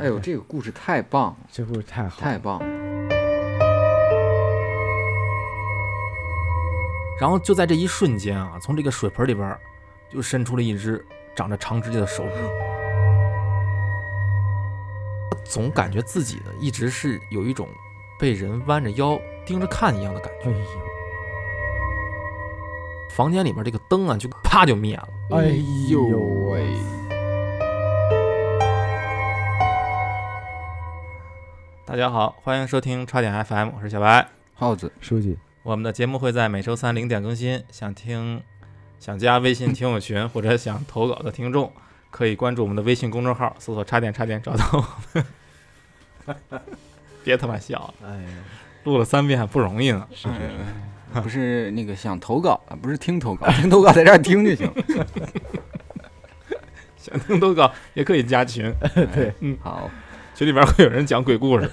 哎呦，这个故事太棒了，这故事太好，哎太棒了！然后就在这一瞬间啊，从这个水盆里边儿就伸出了一只长着长指甲的手指。他总感觉自己呢，一直是有一种被人弯着腰盯着看一样的感觉。哎呦，房间里面这个灯啊，就啪就灭了。哎呦呦喂！大家好，欢迎收听差点 FM，我是小白。耗子，书记，我们的节目会在每周三零点更新。想听、想加微信听友群或者想投稿的听众，可以关注我们的微信公众号，搜索“差点差点”找到我们。 别他妈笑了，哎呀，录了三遍还不容易呢。 是是是， 不是那个想投稿啊，不是听投稿， 听投稿在这儿听就行。 想听投稿也可以加群，对，好，群里边会有人讲鬼故事。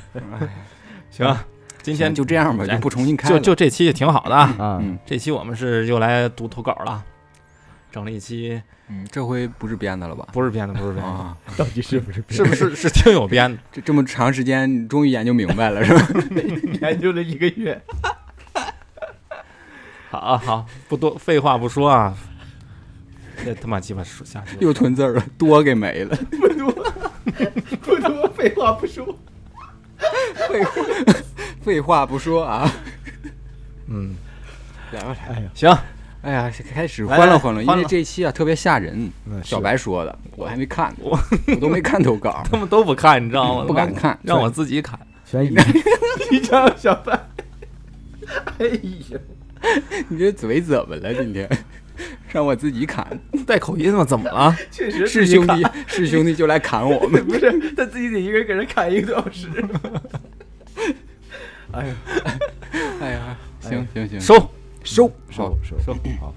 行啊，今今天就这样吧，哎就不重新开就了。就这期也挺好的啊。啊，嗯这期我们是又来读投稿了，整了一期嗯，这回不是编的了吧？不是编的，不是编的，啊，到底是不是是不 是是听友编的？ 这这么长时间，你终于研究明白了是 吧？ 研究了一个月？好啊，好，不多废话不说啊，这他妈鸡巴说下去了。又吞字儿了，多给没 了。不多，废话不说，废话废话不说啊，嗯，来吧来吧。哎呀，行，哎呀，开始来欢乐来欢乐，因欢为乐这期啊特别吓人。嗯小是白说的，我还没看，我，我都没看投 稿他们都不看，你知道吗？ 不敢看让我自己看。悬疑，你叫小白，哎呀，你这嘴怎么了？今天 让我自己 砍，带口音吗？怎么了？确实是兄弟，是兄弟就来砍我们。 不是他自己得一个人搁这砍一个多小时。 哎呀， 哎呀，行行行，收。收收收收好，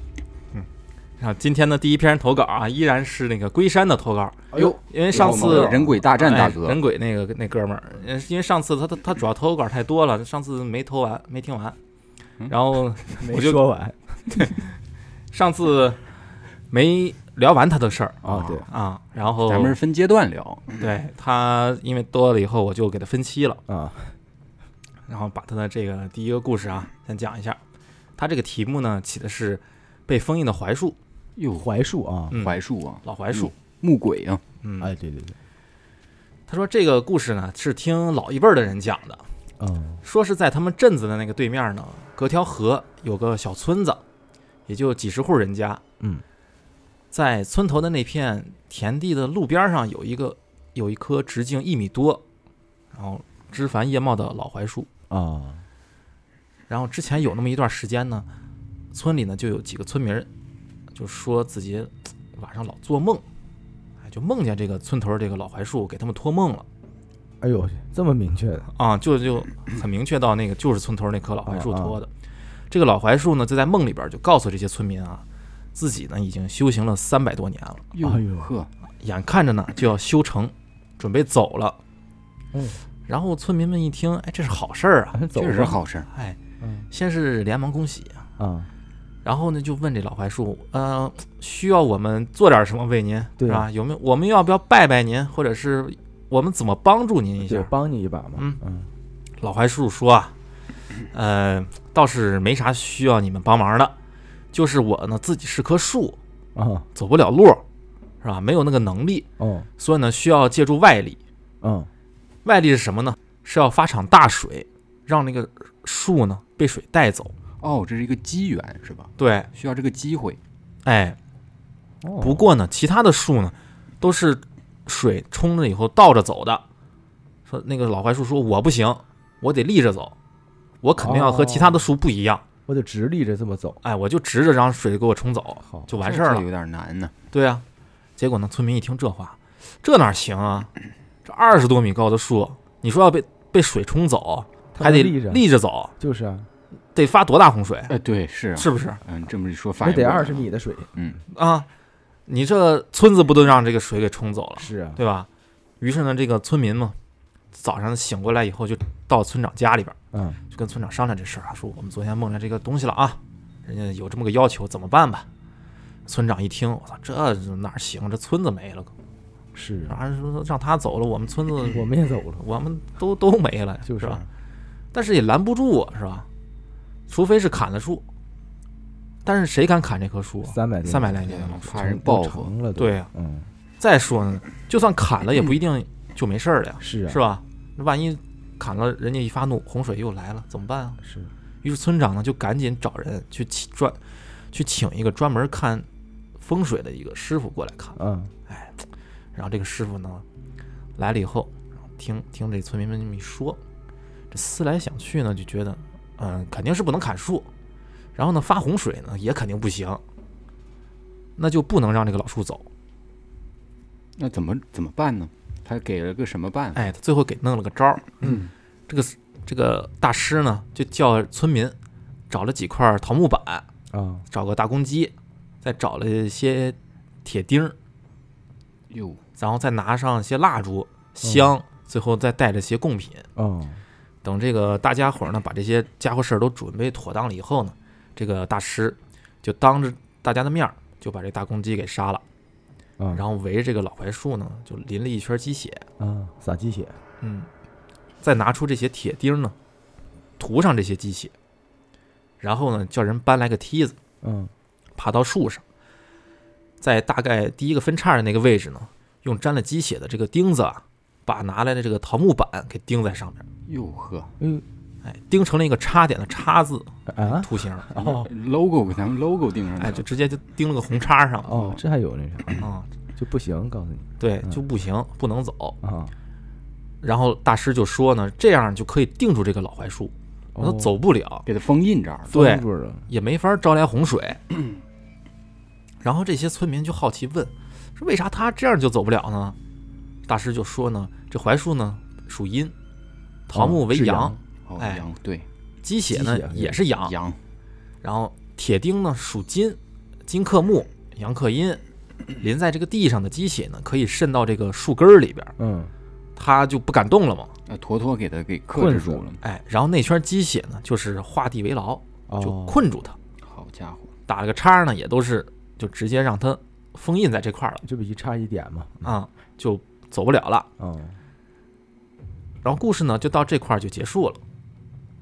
然后啊今天的第一篇投稿啊，依然是那个龟山的投稿，哎呦，因为上我次们人鬼大战大哎哥人鬼那个那哥们儿，呃因为上次他他他主要投稿太多了，上次没投完，没听完，嗯然后没我就说完上次没聊完他的事儿啊，对，啊，然后咱们是分阶段聊，对他因为多了以后，我就给他分期了。啊，然后把他的这个第一个故事啊，先讲一下。他这个题目呢起的是被封印的槐树，有槐树啊，嗯槐树啊，老槐树。木鬼啊，嗯，哎，对对对，他说这个故事呢是听老一辈儿的人讲的，嗯，说是在他们镇子的那个对面呢，隔条河有个小村子，也就几十户人家。嗯，在村头的那片田地的路边上有一个有一棵直径一米多，然后枝繁叶茂的老槐树。啊，然后之前有那么一段时间呢，村里呢就有几个村民儿就说自己晚上老做梦，哎，就梦见这个村头儿这个老槐树给他们托梦了哎呦，这么明确的 啊，就就很明确到那个就是村头儿那棵老槐树啊啊托的。这个老槐树呢就在梦里边儿就告诉这些村民啊，自己呢已经修行了三百多年了，哟哎呦呵，眼看着呢就要修成，准备走了。嗯，然后村民们一听，哎，这是好事儿啊，啊，走确实吧好事儿，哎，嗯先是连忙恭喜，啊，然后呢，就问这老槐树，呃，需要我们做点什么为您，对是吧？有没有我们要不要拜拜您，或者是我们怎么帮助您一就下？帮你一把嘛，嗯嗯老槐树说啊，呃，倒是没啥需要你们帮忙的，就是我呢自己是棵树，啊，走不了路，是吧？没有那个能力，哦，所以呢需要借助外力。嗯，外力是什么呢？是要发场大水，让那个树呢被水带走。哦，这是一个机缘是吧？对，需要这个机会，哎，哦不过呢，其他的树呢，都是水冲着以后倒着走的。说那个老槐树说：“我不行，我得立着走，我肯定要和其他的树不一样。我得直立着这么走，哎，我就直着让水给我冲走，好，就完事儿这了有。点难呢。”对啊，结果呢，村民一听这话，这哪行啊？这二十多米高的树，你说要被被水冲走，他还得能立着，立着走，就是啊，得发多大洪水？哎，对，是啊，是不是嗯，这么一说反那应得过来二十了，米的水，嗯，啊？你这村子不都让这个水给冲走了？是啊，对吧？于是呢，这个村民嘛，早上醒过来以后就到村长家里边儿，嗯，就跟村长商量这事儿啊，说我们昨天梦见这个东西了啊，人家有这么个要求，怎么办吧？村长一听，我操，这哪儿行？这村子没了，是，啊让人说让他走了，我们村子我们也走了，我们都都没了，就是是啊吧？但是也拦不住我，是吧？除非是砍了树，但是谁敢砍这棵树啊？三百三百来年的老树。怕人报复，成了，对呀嗯，再说呢，就算砍了也不一定就没事儿了呀，是啊，是吧？那万一砍了，人家一发怒，洪水又来了，怎么办啊？是于是村长呢就赶紧找人去请专去请一个专门看风水的一个师傅过来看。嗯，然后这个师傅呢来了以后，然后听听这村民们这么一说，这思来想去呢，就觉得，嗯，肯定是不能砍树，然后呢发洪水呢也肯定不行，那就不能让这个老树走。那怎么怎么办呢？他给了个什么办法？哎，他最后给弄了个招儿，嗯，这个这个大师呢就叫村民找了几块桃木板，啊，找个大公鸡，再找了一些铁钉儿，哟，然后再拿上一些蜡烛、香，最后再带着些贡品。哦，等这个大家伙儿呢把这些家伙事儿都准备妥当了以后呢，这个大师就当着大家的面儿就把这大公鸡给杀了，啊，然后围着这个老槐树呢就淋了一圈鸡血，啊，撒鸡血，嗯，再拿出这些铁钉呢，涂上这些鸡血，然后呢叫人搬来个梯子，嗯，爬到树上，在大概第一个分叉的那个位置呢，用沾了鸡血的这个钉子啊，把拿来的这个桃木板给钉在上面，哟呵哎哎，钉成了一个叉点的叉字啊，图形。哦，logo 给咱们 logo 定上去了，哎，就直接就钉了个红叉上了哦，这还有那啥，啊、就不行，告诉你对，嗯就不行，不能走。啊，然后大师就说呢，这样就可以定住这个老槐树，让它哦走不了，给他封印这儿了。对封住了，也没法招来洪水。 然后这些村民就好奇问，说为啥他这样就走不了呢？大师就说呢，这槐树呢属阴，桃木为是阳，阳哦，哎羊对鸡血呢鸡血也是阳，羊，然后铁钉呢属金，金克木，阳克阴，淋在这个地上的鸡血呢可以渗到这个树根儿里边儿，嗯，它就不敢动了嘛。呃，坨坨给他给克困制住住了。哎，然后那圈鸡血呢，就是画地为牢，就哦，困住他，好家伙，打了个叉呢，也都是就直接让他封印在这块儿了这不一差一点吗？啊、就走不了了。哦，然后故事呢就到这块儿就结束了。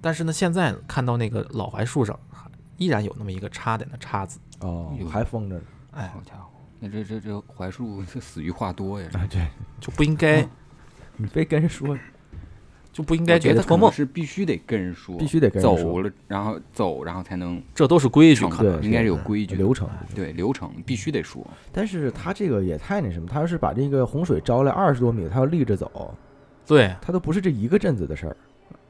但是呢，现在看到那个老槐树上还依然有那么一个叉点的叉子，哦有，还封着呢，哎，好家伙，那这这这槐树这死于话多呀！啊，对就不应该你非跟人说，就不应应该嗯觉他得可托能梦，是必须得跟人说，必须得跟人走说，了，然后走，然后才能这都是规矩成。可对能应该是有规矩的，流程。对流程必须得说。但是他这个也太那什么，他要是把这个洪水招来二十多米，他要立着走，对他都不是这一个镇子的事儿。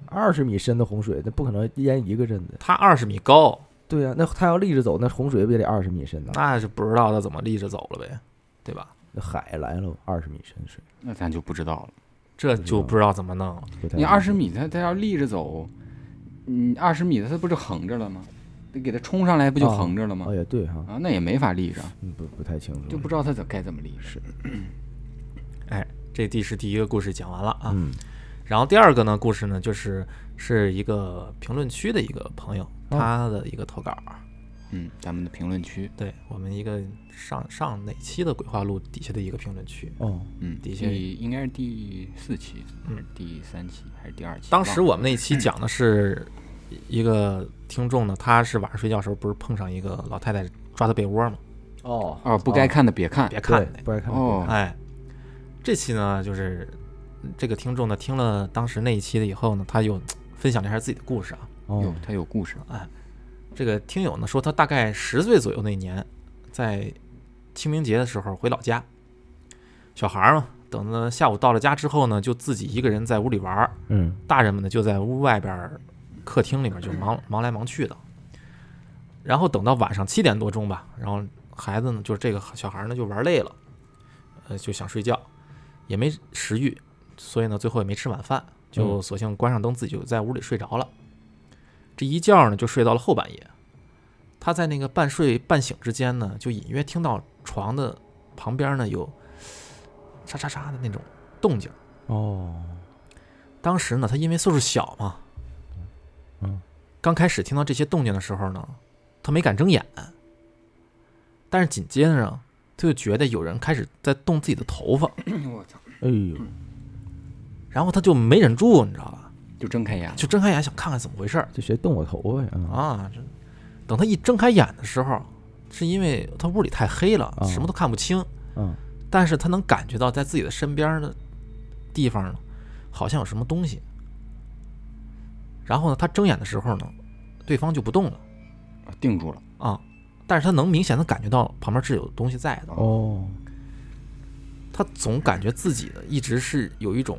二十米深的洪水，那不可能淹一个镇子。它二十米高，对啊呀、那他要立着走，那洪水不也得二十米深呢？啊那是不知道它怎么立着走了呗，对吧？那海来了，二十米深水，那咱就不知道了。这不知就道不知道怎么弄了。不太你二十理米，他他要立着走，嗯，二十米他不就横着了吗？得给他冲上来，不就哦横着了解。吗哦，？也对哈，啊，那也没法立着，嗯不不太清楚，就不知道他怎该怎么立。是，这第是第一个故事讲完了啊，嗯然后第二个呢故事呢就是是一个评论区的一个朋友他的一个投稿，嗯，咱们的评论区，对我们一个上上哪期的鬼话录底下的一个评论区，哦嗯，底第下应该是第四期，嗯还是第三期还是第二期？当时忘了我们那期讲的是一个听众呢，他是晚上睡觉的时候不是碰上一个老太太抓他被窝嘛，哦哦，不该看的别看，别看对那个，不该看哦哎，这期呢，就是这个听众呢，听了当时那一期的以后呢，他又分享了一下自己的故事啊。有哦他有故事，这个听友呢说，他大概十岁左右那年，在清明节的时候回老家，小孩儿嘛，等到下午到了家之后呢，就自己一个人在屋里玩儿，嗯大人们呢就在屋外边儿客厅里面就忙忙来忙去的。然后等到晚上七点多钟吧，然后孩子呢，就是这个小孩呢就玩累了，呃，就想睡觉，也没食欲，所以呢最后也没吃晚饭，就索性关上灯自己就在屋里睡着了。这一觉呢就睡到了后半夜。他在那个半睡半醒之间呢，就隐约听到床的旁边呢有沙沙沙的那种动静。哦当时呢，他因为岁数小嘛，嗯，刚开始听到这些动静的时候呢，他没敢睁眼，但是紧接着呢，他就觉得有人开始在动自己的头发，我操，哎呦，然后他就没忍住，你知道吧？嗯就睁开眼了。就睁开眼想看看怎么回事儿这谁动我头发呀？啊，啊。这等他一睁开眼的时候，是因为他屋里太黑了，啊什么都看不清，嗯，但是他能感觉到在自己的身边的地方呢，好像有什么东西。然后呢，他睁眼的时候呢，对方就不动了啊定住了，啊，但是他能明显的感觉到旁边是有东西在的。哦，他总感觉自己呢一直是有一种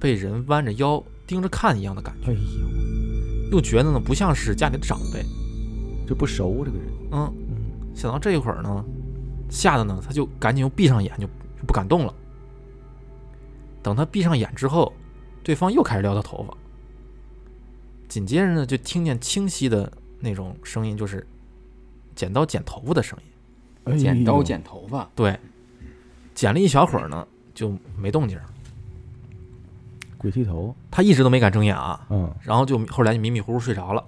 被人弯着腰盯着看一样的感觉，哎呦，又觉得呢不像是家里的长辈。这不熟这个人，嗯，嗯，想到这一会儿呢，吓得呢他就赶紧又闭上眼，就就不敢动了。等他闭上眼之后，对方又开始撩他头发，紧接着呢就听见清晰的那种声音，就是剪刀剪头发的声音。哎呦剪刀，剪头发，对，剪了一小会儿呢就没动静儿，鬼剃头，他一直都没敢睁眼啊。嗯，然后就后来就迷迷糊糊睡着了。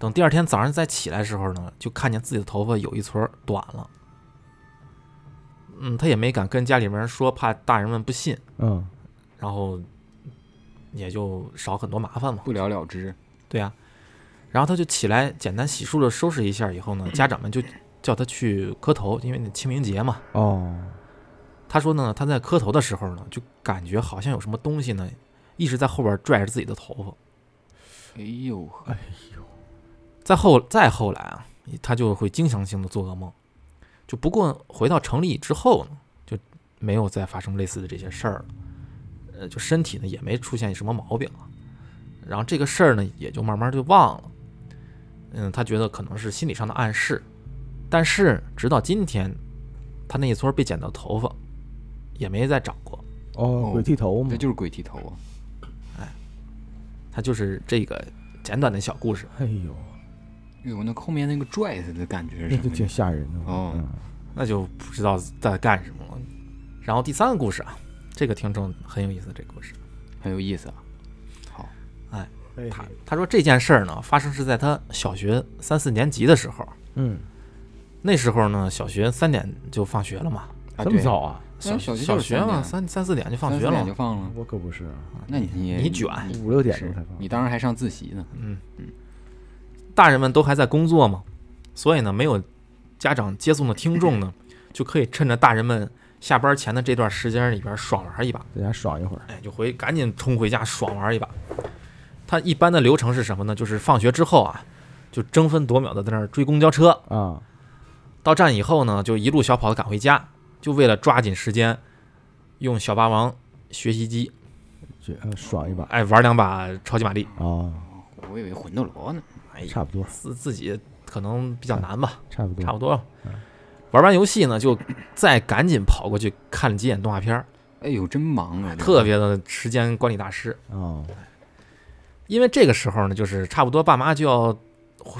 等第二天早上再起来的时候呢，就看见自己的头发有一撮儿短了。嗯，他也没敢跟家里面人说，怕大人们不信，嗯，然后也就少很多麻烦嘛。不了了之。对呀、然后他就起来简单洗漱了，收拾一下以后呢，家长们就叫他去磕头，因为那清明节嘛。哦，他说呢，他在磕头的时候呢，就感觉好像有什么东西呢，一直在后边拽着自己的头发。哎呦呵，再后再后来啊，他就会经常性的做噩梦。就不过回到城里之后呢，就没有再发生类似的这些事儿了。呃，就身体呢也没出现什么毛病啊。然后这个事儿呢也就慢慢就忘了。嗯，他觉得可能是心理上的暗示，但是直到今天，他那一撮被剪掉的头发也没再长过。哦，鬼剃头嘛这，就是鬼剃头啊！他就是这个简短的小故事。哎呦，哎呦，那后面那个拽他的感觉是那哎就什挺么？吓人的，哦嗯那就不知道在干什么了。然后第三个故事啊，这个听众很有意思，这个故事，很有意思啊。好，嗯哎他他说这件事儿呢，发生是在他小学三四年级的时候。嗯，那时候呢，小学三点就放学了嘛，这啊么对早啊？那小学小就是学三嘛，点三三四点就放三学四点了就。放了。我可不是啊，那你你卷你五六点钟是才放，你当时还上自习呢。嗯，大人们都还在工作嘛，所以呢，没有家长接送的听众呢，就可以趁着大人们下班前的这段时间里边爽玩一把。在家爽一会儿，哎，就回赶紧冲回家爽玩一把。他一般的流程是什么呢？就是放学之后啊，就争分夺秒的在那儿追公交车，啊，到站以后呢，就一路小跑的赶回家，就为了抓紧时间，用小霸王学习机，这呃爽一把哎，玩两把超级玛丽。啊，我以为魂斗罗呢。哎呀，差不多，自自己可能比较难吧，差不多，差不多了。玩完游戏呢，就再赶紧跑过去看了几眼动画片儿，哎呦，真忙啊！这特别的时间管理大师。啊，因为这个时候呢，就是差不多爸妈就要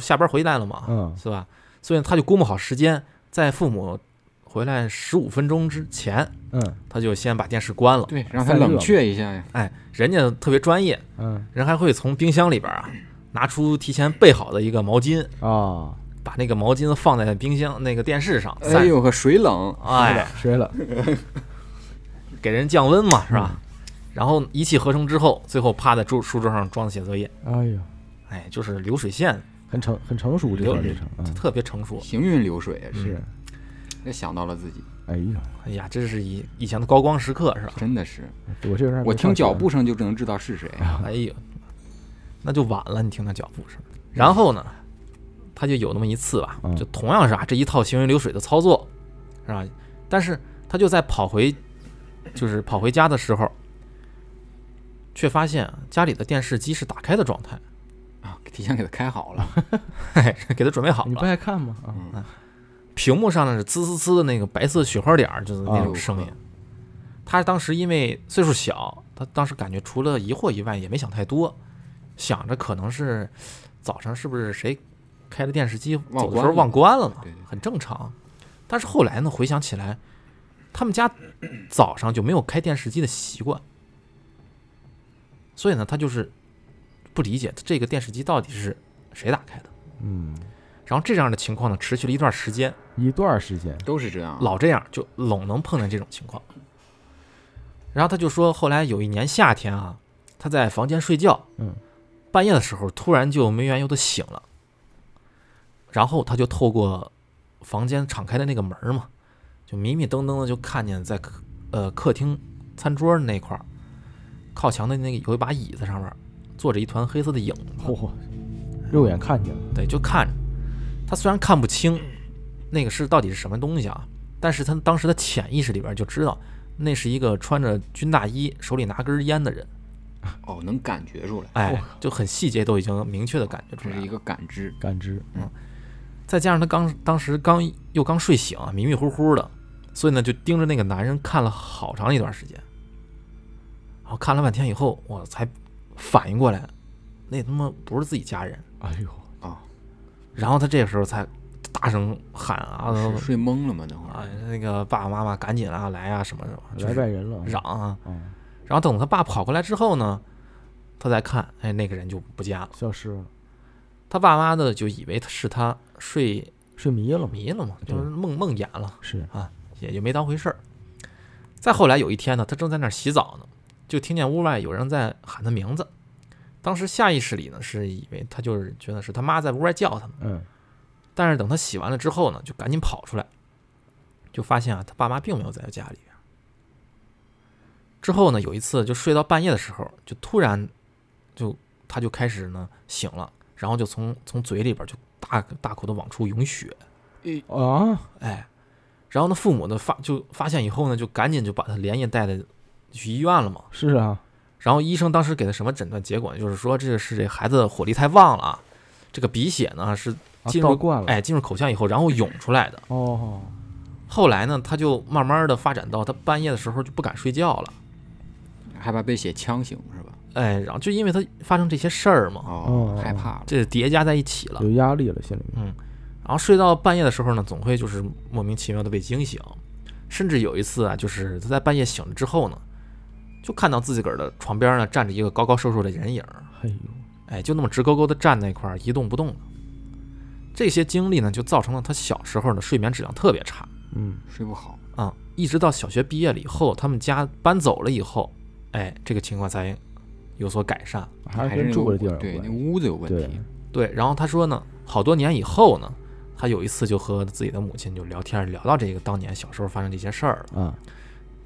下班回来了嘛，嗯是吧？所以他就估摸好时间，在父母回来十五分钟之前，嗯他就先把电视关了。对，让他散热冷嘛却一下呀。哎，人家特别专业，嗯人还会从冰箱里边啊拿出提前备好的一个毛巾，啊，把那个毛巾放在冰箱那个电视上哎晒，呦呵，水冷，哎，摔了， 给人降温嘛，嗯是吧？然后一气呵成之后，最后趴在桌书桌上装着写作业，哎呀，哎，就是流水线，很成很成熟这流段流程啊，特别成熟。行云流水啊这是，这想到了自己，哎呀，哎呀，这是以以前的高光时刻，是吧？真的是，我这有点我听脚步声就能知道是谁。啊哎呦，嗯那就晚了，你听他脚步声。然后呢，他就有那么一次吧，嗯就同样是啊，这一套行云流水的操作，是吧？但是他就在跑回，就是跑回家的时候，却发现啊家里的电视机是打开的状态， 啊，提前给他开好了，嘿给他准备好你不了。爱看吗？啊，屏幕上呢是滋滋滋的那个白色雪花点儿，就是那啊种声音。他当时因为岁数小，他当时感觉除了疑惑以外也没想太多，想着可能是早上是不是谁开了电视机忘走的时关候了忘关了嘛对对对，很正常。但是后来呢，回想起来，他们家早上就没有开电视机的习惯，所以呢，他就是不理解这个电视机到底是谁打开的。嗯，然后这样的情况呢，持续了一段时间，一段时间，都是这样。老这样，就总能碰见这种情况。然后他就说，后来有一年夏天啊，他在房间睡觉，嗯，半夜的时候突然就没缘由的醒了，然后他就透过房间敞开的那个门儿嘛，就迷迷瞪瞪的就看见在客呃客厅餐桌那块儿靠墙的那个有一把椅子上面坐着一团黑色的影子，嚯、肉眼看见了，对，就看着。他虽然看不清嗯那个是到底是什么东西啊，但是他当时的潜意识里边就知道那是一个穿着军大衣、手里拿根烟的人，哦，能感觉出来，哎，就很细节都已经明确的感觉出这来是一了。个感知。感知再加上他刚当时刚又刚睡醒啊，迷迷糊糊的，所以呢就盯着那个男人看了好长一段时间。然后看了半天以后，我才反应过来，那他妈不是自己家人。哎呦，然后他这个时候才大声喊啊，是睡懵了吗？那会啊儿，那个爸爸妈妈赶紧啊来啊什么什么，就来是外人了，嚷啊。啊，然后等他爸跑过来之后呢，他再看，哎，那个人就不见了。消失了，他爸妈呢就以为他是他睡睡迷了嘛，迷了嘛，对就是梦梦魇了，是也就没当回事儿。再后来有一天呢，他正在那儿洗澡呢，就听见屋外有人在喊他名字。当时下意识里呢是以为他就是觉得是他妈在屋外叫他呢，嗯，但是等他洗完了之后呢，就赶紧跑出来，就发现啊，他爸妈并没有在家里边。之后呢，有一次就睡到半夜的时候，就突然就他就开始呢醒了，然后就从从嘴里边就大大口的往出涌血，啊，哎，然后呢，父母呢发就发现以后呢，就赶紧就把他连夜带的去医院了嘛。是啊，然后医生当时给的什么诊断结果呢？就是说这个是这孩子的火力太旺了啊，这个鼻血呢是啊进倒入灌了，哎进入口腔以后，然后涌出来的。哦，后来呢，他就慢慢的发展到他半夜的时候就不敢睡觉了，害怕被血呛醒是吧？哎，然后就因为他发生这些事儿嘛，哦哦，害怕了。这叠加在一起了，有压力了，心里面，然后睡到半夜的时候呢，总会就是莫名其妙的被惊醒，甚至有一次啊，就是他在半夜醒了之后呢，就看到自己个儿的床边呢站着一个高高瘦瘦的人影儿，哎呦，哎，就那么直勾勾的站那块儿一动不动的。这些经历呢，就造成了他小时候呢睡眠质量特别差。嗯，睡不好，啊、一直到小学毕业了以后，他们家搬走了以后，哎，这个情况才有所改善。还是是那跟个住的屋地儿有对，那关，屋子有问对题。对，然后他说呢，好多年以后呢，他有一次就和自己的母亲就聊天，聊到这个当年小时候发生这些事儿了，啊，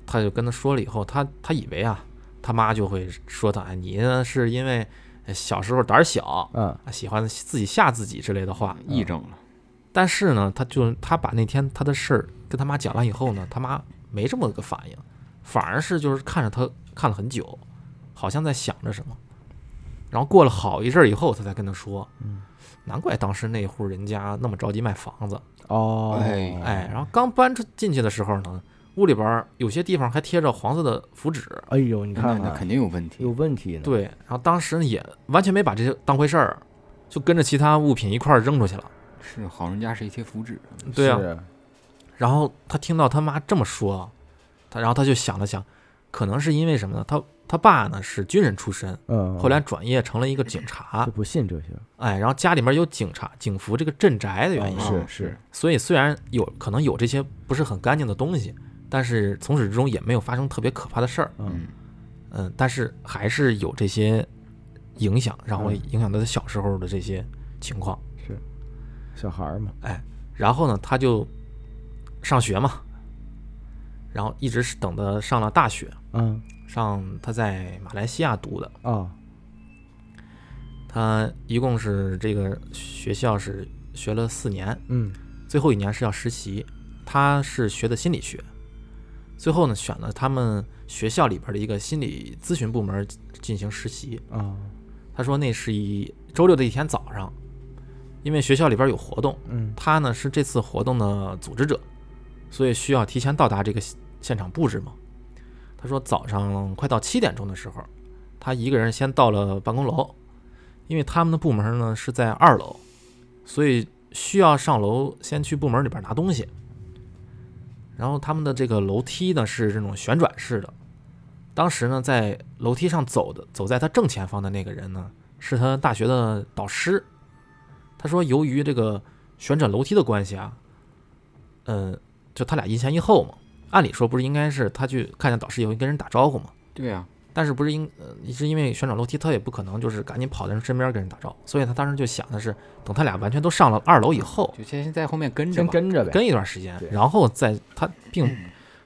他就跟他说了以后，他他以为啊，他妈就会说他，哎，你呢是因为呃小时候胆儿小，啊，啊喜欢自己吓自己之类的话。嗯癔症了，但是呢，他就他把那天他的事儿跟他妈讲完以后呢，他妈没这么个反应，反而是就是看着他看了很久，好像在想着什么。然后过了好一阵儿以后，他才跟他说，难怪当时那户人家那么着急卖房子，哦，哎哎，然后刚搬出进去的时候呢，屋里边儿有些地方还贴着黄色的符纸，哎呦，你那看那看，肯定有问题有。问题呢，，对，然后当时呢也完全没把这些当回事儿，就跟着其他物品一块儿扔出去了，是好人家谁贴符纸？对啊，啊，然后他听到他妈这么说，他然后他就想了想，可能是因为什么呢？他他爸呢是军人出身，嗯，后来转业成了一个警察就，不信这些，哎，然后家里面有警察警服这个镇宅的原因，啊嗯是是是，所以虽然有可能有这些不是很干净的东西，但是从始至终也没有发生特别可怕的事儿，嗯嗯，，嗯，但是还是有这些影响，然后嗯影响到他小时候的这些情况。小孩儿嘛，然后呢，他就上学嘛，然后一直是等到上了大学，嗯，上他在马来西亚读的，啊，他一共是这个学校是学了四年，嗯，最后一年是要实习，他是学的心理学，最后呢选了他们学校里边的一个心理咨询部门进行实习。啊，他说那是一周六的一天早上，因为学校里边有活动，嗯，他呢是这次活动的组织者，所以需要提前到达这个现现场布置嘛。他说早上快到七点钟的时候，他一个人先到了办公楼，因为他们的部门呢是在二楼，所以需要上楼先去部门里边拿东西。然后他们的这个楼梯呢是这种旋转式的，当时呢在楼梯上走的，走在他正前方的那个人呢是他大学的导师。他说由于这个旋转楼梯的关系啊，嗯，就他俩一前一后嘛。按理说不是应该是他去看见导师以后跟人打招呼嘛？对啊呀、但是不是因呃是因为旋转楼梯，他也不可能就是赶紧跑到人身边跟人打招呼，所以他当时就想的是，等他俩完全都上了二楼以后，就先在后面跟着先吧。跟着呗。跟一段时间对，然后再他 并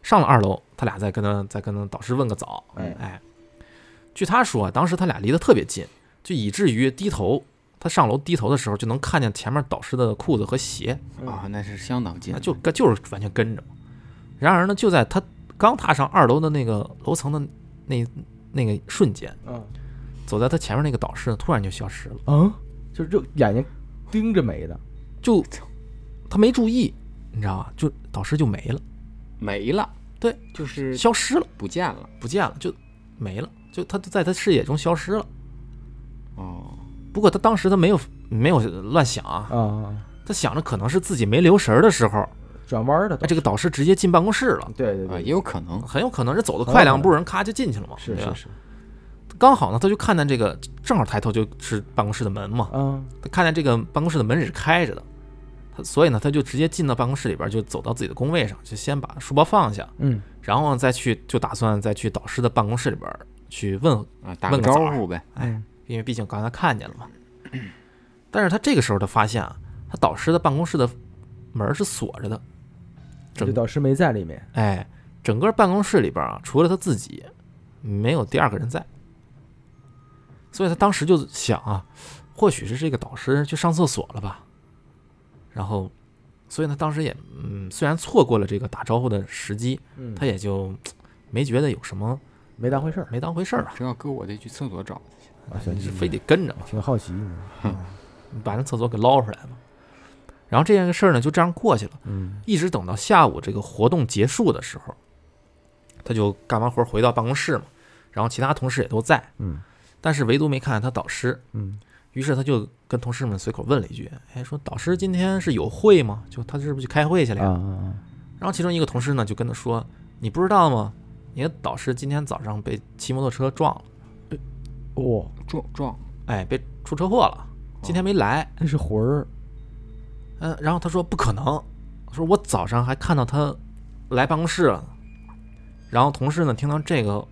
上了二楼，他俩再跟他再跟他导师问个早，哎哎，据他说，啊当时他俩离得特别近，就以至于低头，他上楼低头的时候就能看见前面导师的裤子和鞋，嗯啊，嗯那是相当近那了，就跟就是完全跟着嘛。然而呢，就在他刚踏上二楼的那个楼层的那那个瞬间，嗯走在他前面那个导师呢，突然就消失了，嗯，就就眼睛盯着没的，就他没注意，你知道吧？就导师就没了，没了。对，就是消失了。不见了。不见了，就没了，就他就在他视野中消失了。哦，不过他当时他没有没有乱想啊，啊，他想着可能是自己没留神儿的时候，转弯的都哎，。这个导师直接进办公室了，对对啊，对，也有可能。很有可能是走得快两步，人咔就进去了嘛，哦是对啊吧是？是，刚好呢，他就看见这个，正好抬头就是办公室的门嘛，嗯他看见这个办公室的门也是开着的，他所以呢，他就直接进到办公室里边儿，就走到自己的工位上，就先把书包放下，嗯，然后再去就打算再去导师的办公室里边儿去问啊，打个问个早招儿呼呗。哎，因为毕竟刚才看见了嘛。但是他这个时候他发现啊，他导师的办公室的门儿是锁着的，整这导师没在里面，哎，整个办公室里边啊，除了他自己，没有第二个人在。所以他当时就想啊，或许是这个导师去上厕所了吧。然后，所以呢，当时也嗯，虽然错过了这个打招呼的时机，嗯他也就没觉得有什么，没当回事儿没当回事儿啊，这要搁我得去厕所找。啊，行你是非得跟着嘛。挺好奇，把那厕所给捞出来嘛。然后这件事儿呢，就这样过去了，嗯一直等到下午这个活动结束的时候，他就干完活回到办公室嘛，然后其他同事也都在，嗯但是唯独没看见他导师。嗯于是他就跟同事们随口问了一句：“哎，说导师今天是有会吗？就他是不是去开会去了啊呀？”啊，然后其中一个同事呢就跟他说：“你不知道吗？你的导师今天早上被骑摩托车撞了，哇，撞撞，哎，被出车祸了，今天没来。那是魂儿，嗯，然后他说不可能，说我早上还看到他来办公室了。然后同事呢听到这个，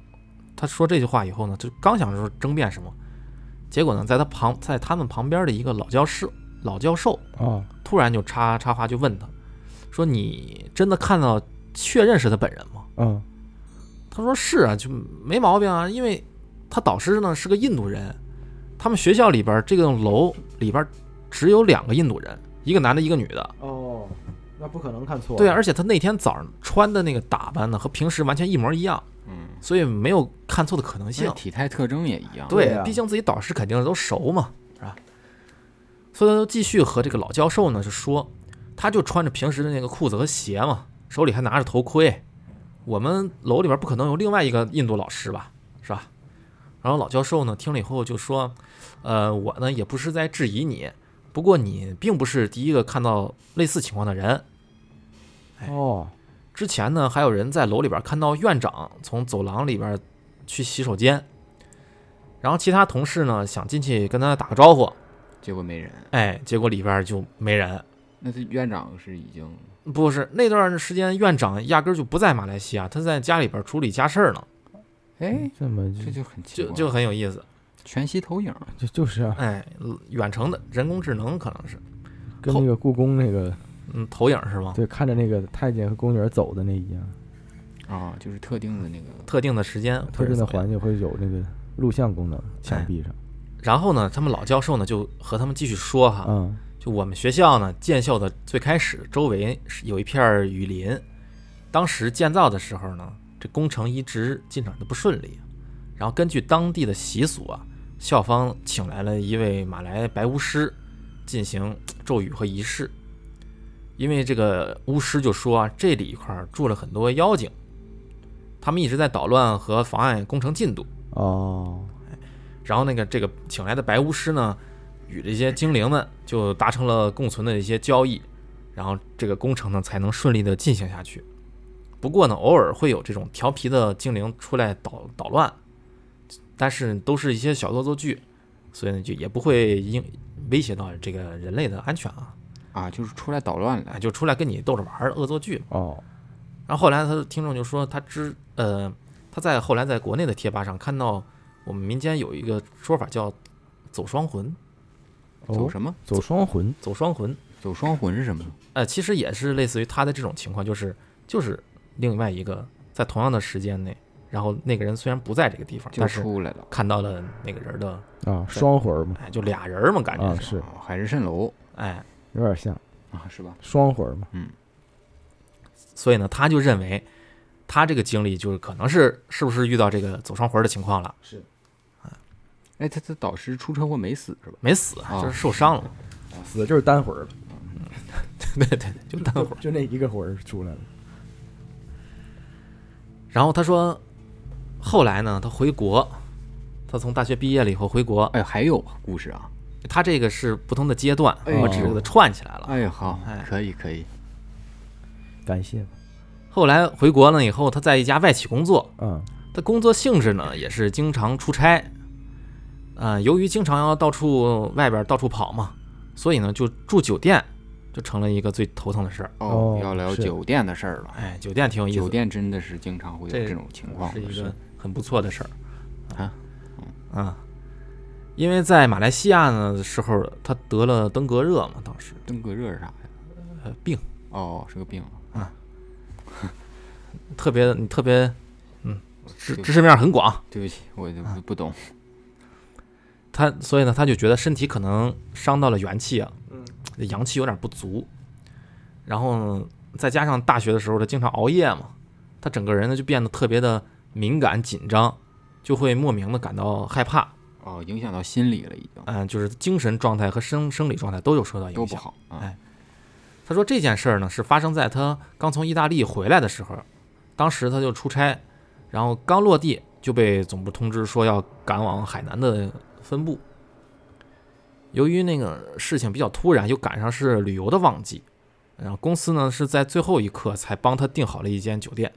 他说这句话以后呢，就刚想说争辩什么，结果呢，在他旁在他们旁边的一个老教师老教授啊，突然就插插话就问他，说你真的看到确认是他本人吗？嗯他说是啊，就没毛病啊，因为他导师呢是个印度人，他们学校里边儿这栋楼里边儿只有两个印度人，一个男的，一个女的。哦，那不可能看错对，而啊且他那天早上穿的那个打扮呢，和平时完全一模一样，嗯，所以没有看错的可能性那。体态特征也一样。对对，啊毕竟自己导师肯定都熟嘛，是吧？所以他就继续和这个老教授呢就说，他就穿着平时的那个裤子和鞋嘛，手里还拿着头盔。我们楼里边不可能有另外一个印度老师吧，是吧？然后老教授呢听了以后就说，呃，我呢也不是在质疑你，不过你并不是第一个看到类似情况的人，哦，之前呢，还有人在楼里边看到院长从走廊里边去洗手间，然后其他同事呢想进去跟他打个招呼，结果没人。哎，结果里边就没人。那这院长是已经不是那段时间，院长压根儿就不在马来西亚，他在家里边处理家事儿呢，哎，这么这就很奇就怪，嗯就很有意思。全息投影。就就是啊，哎，远程的人工智能可能是，跟后那个故宫那个嗯，投影是吗？对看着那个太监和宫女儿走的那一样，啊，就是特定的那个特定的时间，特定的环。环境会有那个录像功能，墙壁上，然后呢，他们老教授呢就和他们继续说哈，嗯就我们学校呢，建校的最开始周围是有一片儿雨林，当时建造的时候呢，这工程一直进展的不顺利，然后根据当地的习俗啊，校方请来了一位马来白巫师进行咒语和仪式，因为这个巫师就说啊，这里一块儿住了很多妖精，他们一直在捣乱和妨碍工程进度，哦，然后那个这个请来的白巫师呢，与这些精灵们就达成了共存的一些交易，然后这个工程呢才能顺利的进行下去。不过呢，偶尔会有这种调皮的精灵出来捣捣乱，但是都是一些小恶作剧，所以呢就也不会影威胁到这个人类的安全啊。啊，就是出来捣乱来哎，。就出来跟你逗着玩儿，恶作剧。哦，然后后来他的听众就说，他知呃，他在后来在国内的贴吧上看到我们民间有一个说法叫“走双魂走哦什么？走双魂”，走双魂，走双魂是什么？呃，其实也是类似于他的这种情况，就是就是另外一个在同样的时间内，然后那个人虽然不在这个地方，就但是出来了。看到了那个人的，啊，双魂嘛，哎，就俩人儿嘛，感觉啊是，是啊海市蜃楼哎，有点像啊，是吧？双魂嘛，所以呢，他就认为他这个经历就是可能是是不是遇到这个走双魂的情况了，哎，他他导师出车祸没死是吧？没死，啊就是受伤了，死的就是单魂了， 对对对，就单会儿。就那一个魂儿出来了。然后他说，后来呢，他回国，他从大学毕业了以后回国，哎，还有故事啊！他这个是不同的阶段，哎我只是给他串起来了。哎，好哎，可以可以。感谢吧，后来回国了以后，他在一家外企工作，嗯，他工作性质呢也是经常出差，呃，由于经常要到处外边到处跑嘛，所以呢就住酒店，就成了一个最头疼的事儿。哦哦，要聊是酒店的事儿了。哎，酒店挺有意思的，酒店真的是经常会有这这种情况是，一是个很不错的事儿啊，啊，因为在马来西亚呢的时候，他得了登革热嘛，当时登革热是啥呀？呃病哦，是个病啊。特别你特别嗯知对知识面很广，对不起，我就啊不不懂。他所以呢他就觉得身体可能伤到了元气啊，嗯，阳气有点不足，然后呢再加上大学的时候他经常熬夜嘛，他整个人呢就变得特别的敏感紧张，就会莫名的感到害怕，哦，影响到心理了，已经嗯、就是精神状态和生生理状态都有受到都影不响。好啊哎。他说这件事儿呢是发生在他刚从意大利回来的时候，当时他就出差，然后刚落地就被总部通知说要赶往海南的分部。由于那个事情比较突然，又赶上是旅游的旺季，然后公司呢是在最后一刻才帮他订好了一间酒店。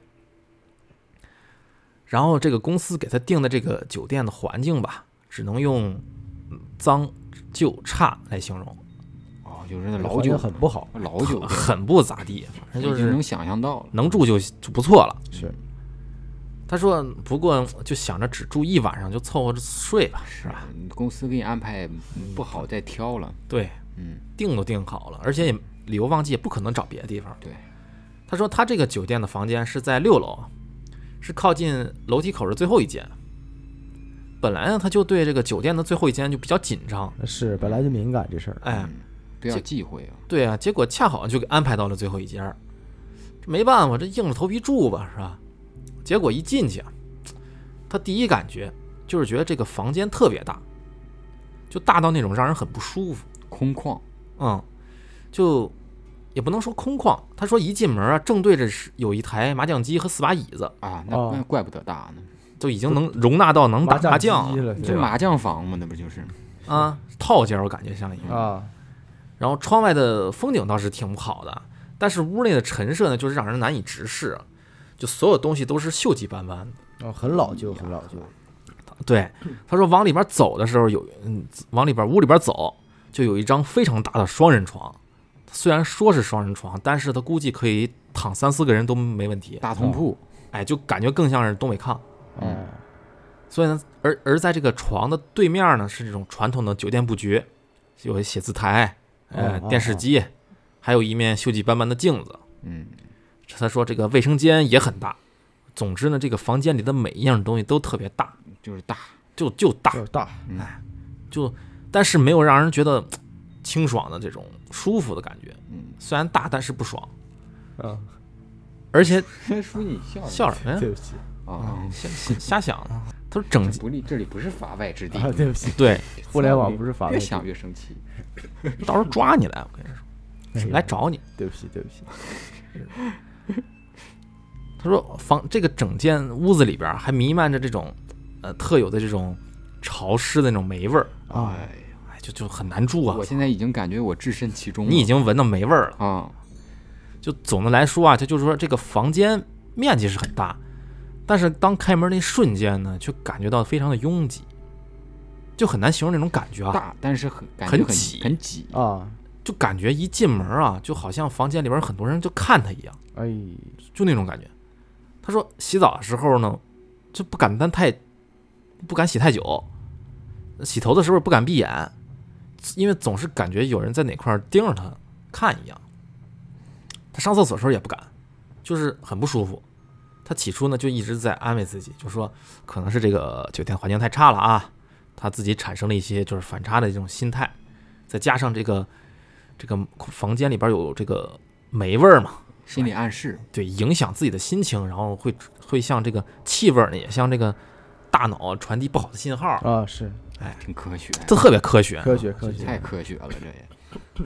然后这个公司给他订的这个酒店的环境吧，只能用嗯脏、旧、差来形容，哦，就是那老环酒境很不好，老酒店，很不咋地，反正就已是经能想象到了。能住就就不错了。是他说，不过就想着只住一晚上就凑合着睡吧，是吧？嗯公司给你安排嗯不好再挑了，对，嗯，定都定好了，而且也旅游旺季也不可能找别的地方。对，他说他这个酒店的房间是在六楼，是靠近楼梯口的最后一间。本来呢，他就对这个酒店的最后一间就比较紧张，是，本来就敏感这事儿，哎，嗯不要忌讳啊。对啊，结果恰好就给安排到了最后一间儿，这没办法，这硬着头皮住吧，是吧？结果一进去，他第一感觉就是觉得这个房间特别大，就大到那种让人很不舒服，空旷，嗯，就也不能说空旷。他说一进门啊，正对着是有一台麻将机和四把椅子，啊，那哦那怪不得大呢，就已经能容纳到能打麻将机了这对吧麻将房嘛，那不就是？啊，套间儿我感觉像一个。啊，然后窗外的风景倒是挺不好的，但是屋内的陈设呢，就是让人难以直视，就所有东西都是锈迹斑斑的。哦很老旧，很老旧，对，他说往里边走的时候有，嗯，往里边屋里边走，就有一张非常大的双人床。虽然说是双人床，但是他估计可以躺三四个人都没问题。大通铺，哎，就感觉更像是东北炕。哦，所以呢，而而在这个床的对面呢，是这种传统的酒店布局，有写字台，呃，哦哦电视哦机，还有一面锈迹斑斑的镜子。嗯，他说这个卫生间也很大。总之呢，这个房间里的每一样东西都特别大，就是大，嗯就就大，就是大，哎就但是没有让人觉得嘖清爽的这种舒服的感觉。嗯，虽然大，但是不爽，嗯，而且哦说你笑笑什么呀？对不起，啊，嗯瞎瞎瞎想啊。他说整这不利，这里不是法外之地，啊，对不起，对，互联网不是法律越，想越生气。到时候抓你来，我跟你说，哎来呀，找你。对不起，对不起，他说房这个整间屋子里边还弥漫着这种呃特有的这种潮湿的那种霉味儿，啊哎呀，哎，就就很难住啊我。现在已经感觉我置身其中了，你已经闻到霉味儿了。啊，就总的来说啊，它就是说这个房间面积是很大，但是当开门那瞬间呢，却感觉到非常的拥挤，就很难形容那种感觉啊。大，但是很感很觉很挤很挤，啊，就感觉一进门啊，就好像房间里边很多人就看他一样，哎，就那种感觉。他说洗澡的时候呢，就不敢但太不敢洗太久，洗头的时候也不敢闭眼，因为总是感觉有人在哪块儿盯着他看一样。他上厕所的时候也不敢，就是很不舒服。他起初呢就一直在安慰自己，就说可能是这个酒店环境太差了啊，他自己产生了一些就是反差的这种心态，再加上这个这个房间里边有这个霉味儿嘛，心理暗示，对，影响自己的心情，然后会会向这个气味儿呢，也向这个大脑啊传递不好的信号，啊，是挺科学，这特别科学。科学科太学，科学了，这也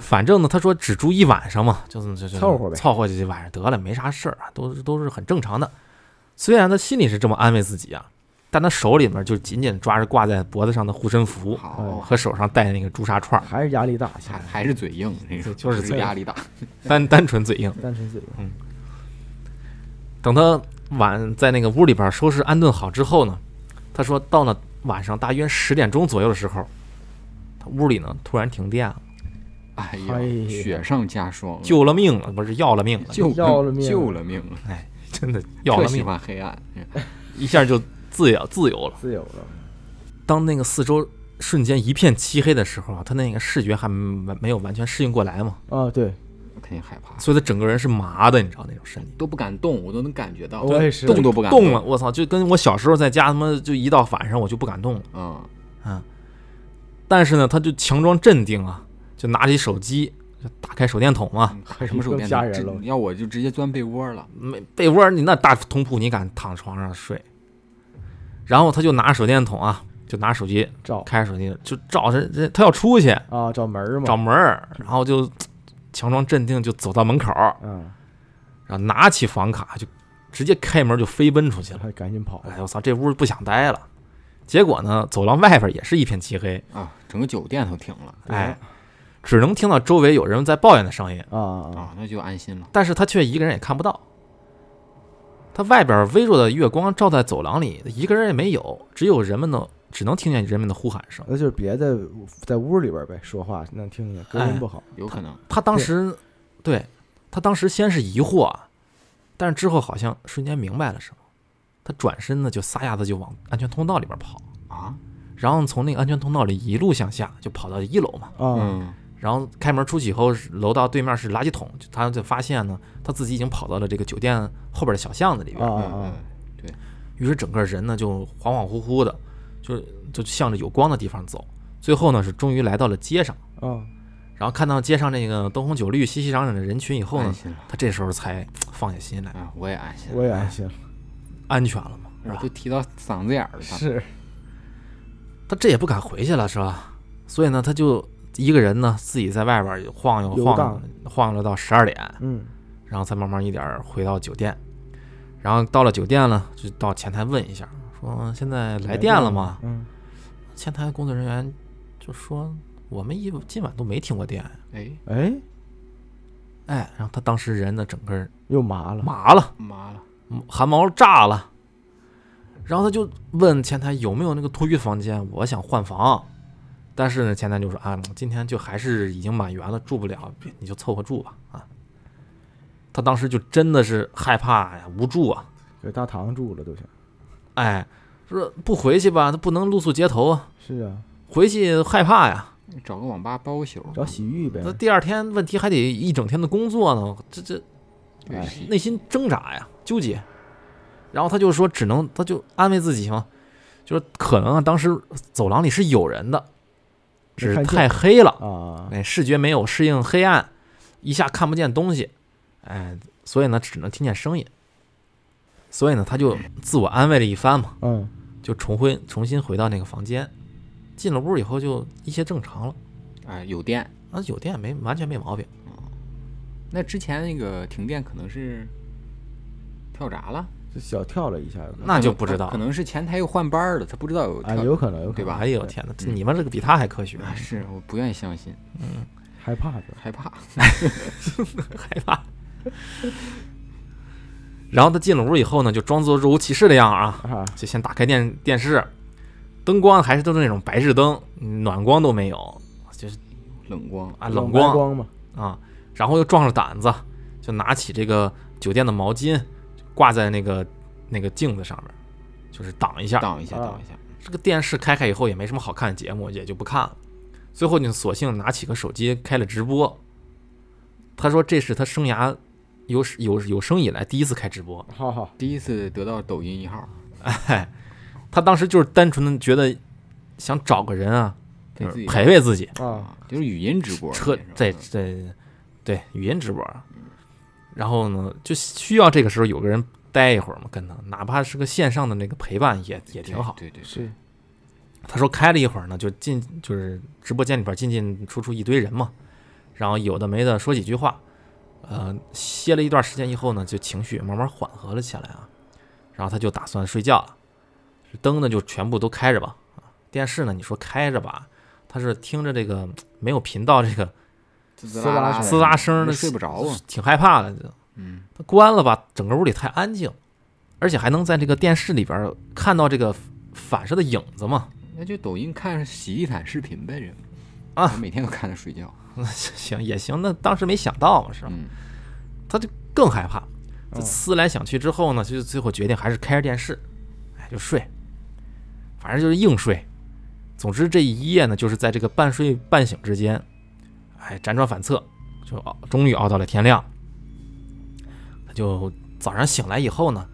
反正呢，他说只住一晚上嘛，就这么就就凑合呗凑合这晚上得了，没啥事儿啊，都是都是很正常的。虽然他心里是这么安慰自己啊，但他手里面就紧紧抓着挂在脖子上的护身符好，和手上戴的那个朱砂串儿，还是压力大，还还是嘴硬，那对种就是不嘴硬压力大，单单纯嘴硬。单纯自己等他晚在那个屋里边收拾安顿好之后呢，他说到了晚上大约十点钟左右的时候，他屋里呢突然停电了，哎哎呀，呀雪上加霜了，救了命了，不是要了命了，救要了命救了命了，真的要了特喜命，欢黑暗，一下就自由自由了。自由了，当那个四周瞬间一片漆黑的时候啊，他那个视觉还没没有完全适应过来嘛，啊，对，肯定害怕，所以他整个人是麻的，你知道那种身体。都不敢动，我都能感觉到，我也是动都不敢动啊了，，我操！就跟我小时候在家他妈就一到晚上我就不敢动了。嗯，但是呢，他就强装镇定啊，就拿起手机，就打开手电筒嘛，什么时候更变吓得人这了要我就直接钻被窝了，没被窝，你那大通铺你敢躺床上睡？然后他就拿手电筒啊，就拿手机照开手机就照着这，他要出去啊，找门儿嘛，找门儿，然后就强装镇定，就走到门口，嗯，然后拿起房卡就直接开门就飞奔出去然了。后赶紧跑，哎，我操，这屋不想待了。结果呢，走廊外边也是一片漆黑，啊，整个酒店都停了，哎，只能听到周围有人在抱怨的声音。啊啊啊，那就安心了，但是他却一个人也看不到。他外边微弱的月光照在走廊里，一个人也没有，只有人们的，只能听见人们的呼喊声啊，。那就是别在在屋里边儿呗，说话能听见，隔音不好，有可能他当时，对他当时先是疑惑啊，但是之后好像瞬间明白了什么，他转身呢就撒丫子就往安全通道里边跑，啊，然后从那个安全通道里一路向下就跑到一楼嘛，啊，嗯，然后开门出去以后，楼道对面是垃圾桶，就他就发现呢，他自己已经跑到了这个酒店后边的小巷子里边啊。嗯啊嗯，于是整个人呢就恍恍惚惚的，就就向着有光的地方走。最后呢是终于来到了街上，啊啊，然后看到街上那个灯红酒绿、熙熙攘攘的人群以后安呢，心了，他这时候才嘖放下心来，啊，我也安心了，我也安心了，安全了嘛，是我吧都？提到嗓子眼儿上，是他这也不敢回去了，是吧？所以呢，他就一个人呢自己在外边晃悠游晃荡悠晃悠到十二点，嗯，然后才慢慢一点儿回到酒店。然后到了酒店了，就到前台问一下，说现在来电了吗？嗯，前台工作人员就说：“我们一今晚都没停过电。哎，哎，”哎，然后他当时人呢，整个人又麻了，麻了，麻了，汗毛炸了。然后他就问前台有没有那个托育房间，我想换房。但是呢，前台就说：“啊，今天就还是已经满员了，住不了，别你就凑合住吧。”啊，他当时就真的是害怕呀，无助啊，给大堂住了都行，哎，说不回去吧，他不能露宿街头啊，是啊，回去害怕呀。找个网吧包宿，找洗浴呗那，第二天问题还得一整天的工作呢，这这对哎是内心挣扎呀，纠结。然后他就说，只能他就安慰自己嘛，就是可能啊，当时走廊里是有人的，只是没看见太黑了，嗯啊，哎，视觉没有适应黑暗，一下看不见东西，哎，所以呢，只能听见声音。所以呢，他就自我安慰了一番嘛，嗯，就重回重新回到那个房间，进了屋以后就一切正常了，哎，有电。啊，酒店没完全没毛病。那之前那个停电可能是跳闸了，就小跳了一下，有可能那就可能不知道可能是前台又换班儿了，他不知道有啊，跳。有可能，有可对能，吧嗯哎呦天哪，这你们这个比他还科学，啊，是我不愿意相信，害怕的，害怕。害怕。 然后他进了屋以后呢，就装作若无其事的样儿啊，啊，就先打开电电视，灯光还是都是那种白炽灯，暖光都没有，就是冷光，啊冷冷白光，光嘛，啊，然后又壮着胆子就拿起这个酒店的毛巾挂在那个那个镜子上面，就是挡一下。挡一下，啊挡一下。这个电视开开以后也没什么好看的节目，也就不看了。最后就索性拿起个手机开了直播。他说这是他生涯有史有有生以来第一次开直播，好好，第一次得到抖音一号，哎，他当时就是单纯的觉得想找个人啊给自己陪陪自己，啊，啊，就是嗯语音直播，车这在在对语音直播，啊然后呢就需要这个时候有个人待一会儿嘛，跟他哪怕是个线上的那个陪伴也也挺好。对对对，是他说开了一会儿呢，就进就是直播间里边进进出出一堆人嘛，然后有的没的说几句话，呃，歇了一段时间以后呢，就情绪慢慢缓和了起来啊，然后他就打算睡觉了，灯呢就全部都开着吧，啊电视呢你说开着吧，他是听着这个没有频道这个滋滋啦啦的滋啦声儿的哎睡不着啊，挺害怕的，就嗯，他关了吧，整个屋里太安静，而且还能在这个电视里边看到这个反射的影子嘛，那就抖音看洗地毯视频呗，这个啊我每天都看他睡觉，行也行，那当时没想到嘛，是吧？嗯，他就更害怕。这嗯思来想去之后呢，就最后决定还是开着电视，哎，就睡，反正就是硬睡。总之这一夜呢，就是在这个半睡半醒之间，哎，辗转反侧，就熬，终于熬到了天亮。他就早上醒来以后呢，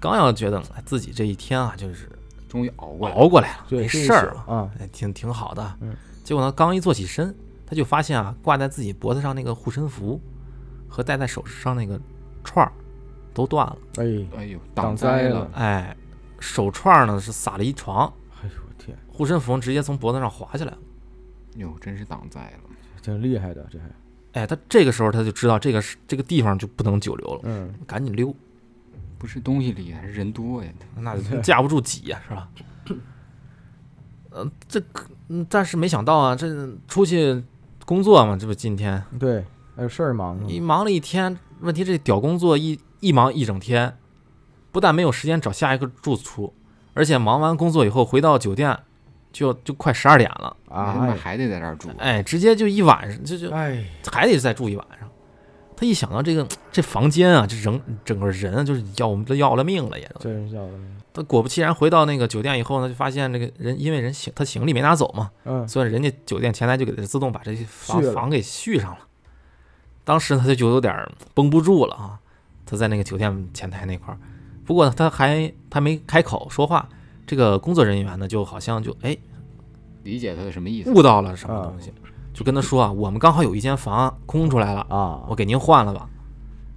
刚要觉得哎自己这一天啊，就是终于熬过来了，熬过来了，对，没这一事儿宿嘛，啊，哎挺挺好的。嗯结果呢，刚一坐起身，他就发现啊，挂在自己脖子上那个护身符和戴在手上那个串儿都断了。哎，哎呦，挡灾灾了，哎，手串儿呢是撒了一床，哎呦我天，护身符直接从脖子上滑下来了。哟，真是挡灾了，挺厉害的，这还，哎，他这个时候他就知道这个是这个地方就不能久留了，嗯，赶紧溜，不是东西厉害，是人多呀，那架不住挤呀、是吧？呃，这可嗯但是没想到啊，这出去工作嘛，这不今天对，还有事儿忙你呢，忙了一天，问题这屌工作一一忙一整天，不但没有时间找下一个住处，而且忙完工作以后回到酒店，就就快十二点了，那他啊妈，还得在这儿住，哎，直接就一晚上，就就哎，还得再住一晚上。他一想到这个这房间啊，这人整个人啊就是要要了命了也都。真是要了命，他果不其然回到那个酒店以后呢，就发现这个人因为人行他行李没拿走嘛，嗯，所以人家酒店前台就给他自动把这些房续了房给续上了。当时他就有点儿绷不住了啊，他在那个酒店前台那块儿，不过他还他没开口说话，这个工作人员呢就好像就哎理解他的什么意思？悟到了什么东西，就跟他说啊，我们刚好有一间房空出来了，啊，我给您换了吧。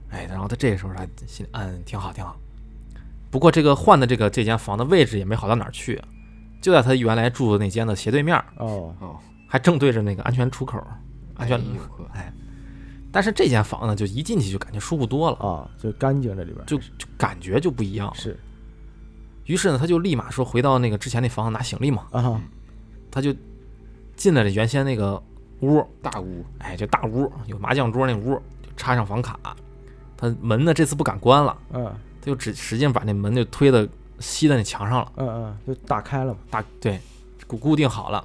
哎，然后他这时候他心里嗯挺好挺好，不过这个换的这个这间房的位置也没好到哪儿去，啊就在他原来住的那间的斜对面儿，哦，哦，还正对着那个安全出口。安全哎呦呵，但是这间房呢，就一进去就感觉舒服多了，啊，就干净这里边儿就就感觉就不一样了。是于是呢，他就立马说回到那个之前那房子拿行李嘛，啊，他就进来了原先那个屋，大屋，哎，这大屋有麻将桌那屋，就插上房卡。他门呢这次不敢关了，嗯他就只使劲把那门就推的吸在那墙上了，嗯嗯，就打开了嘛，大对，固固定好了，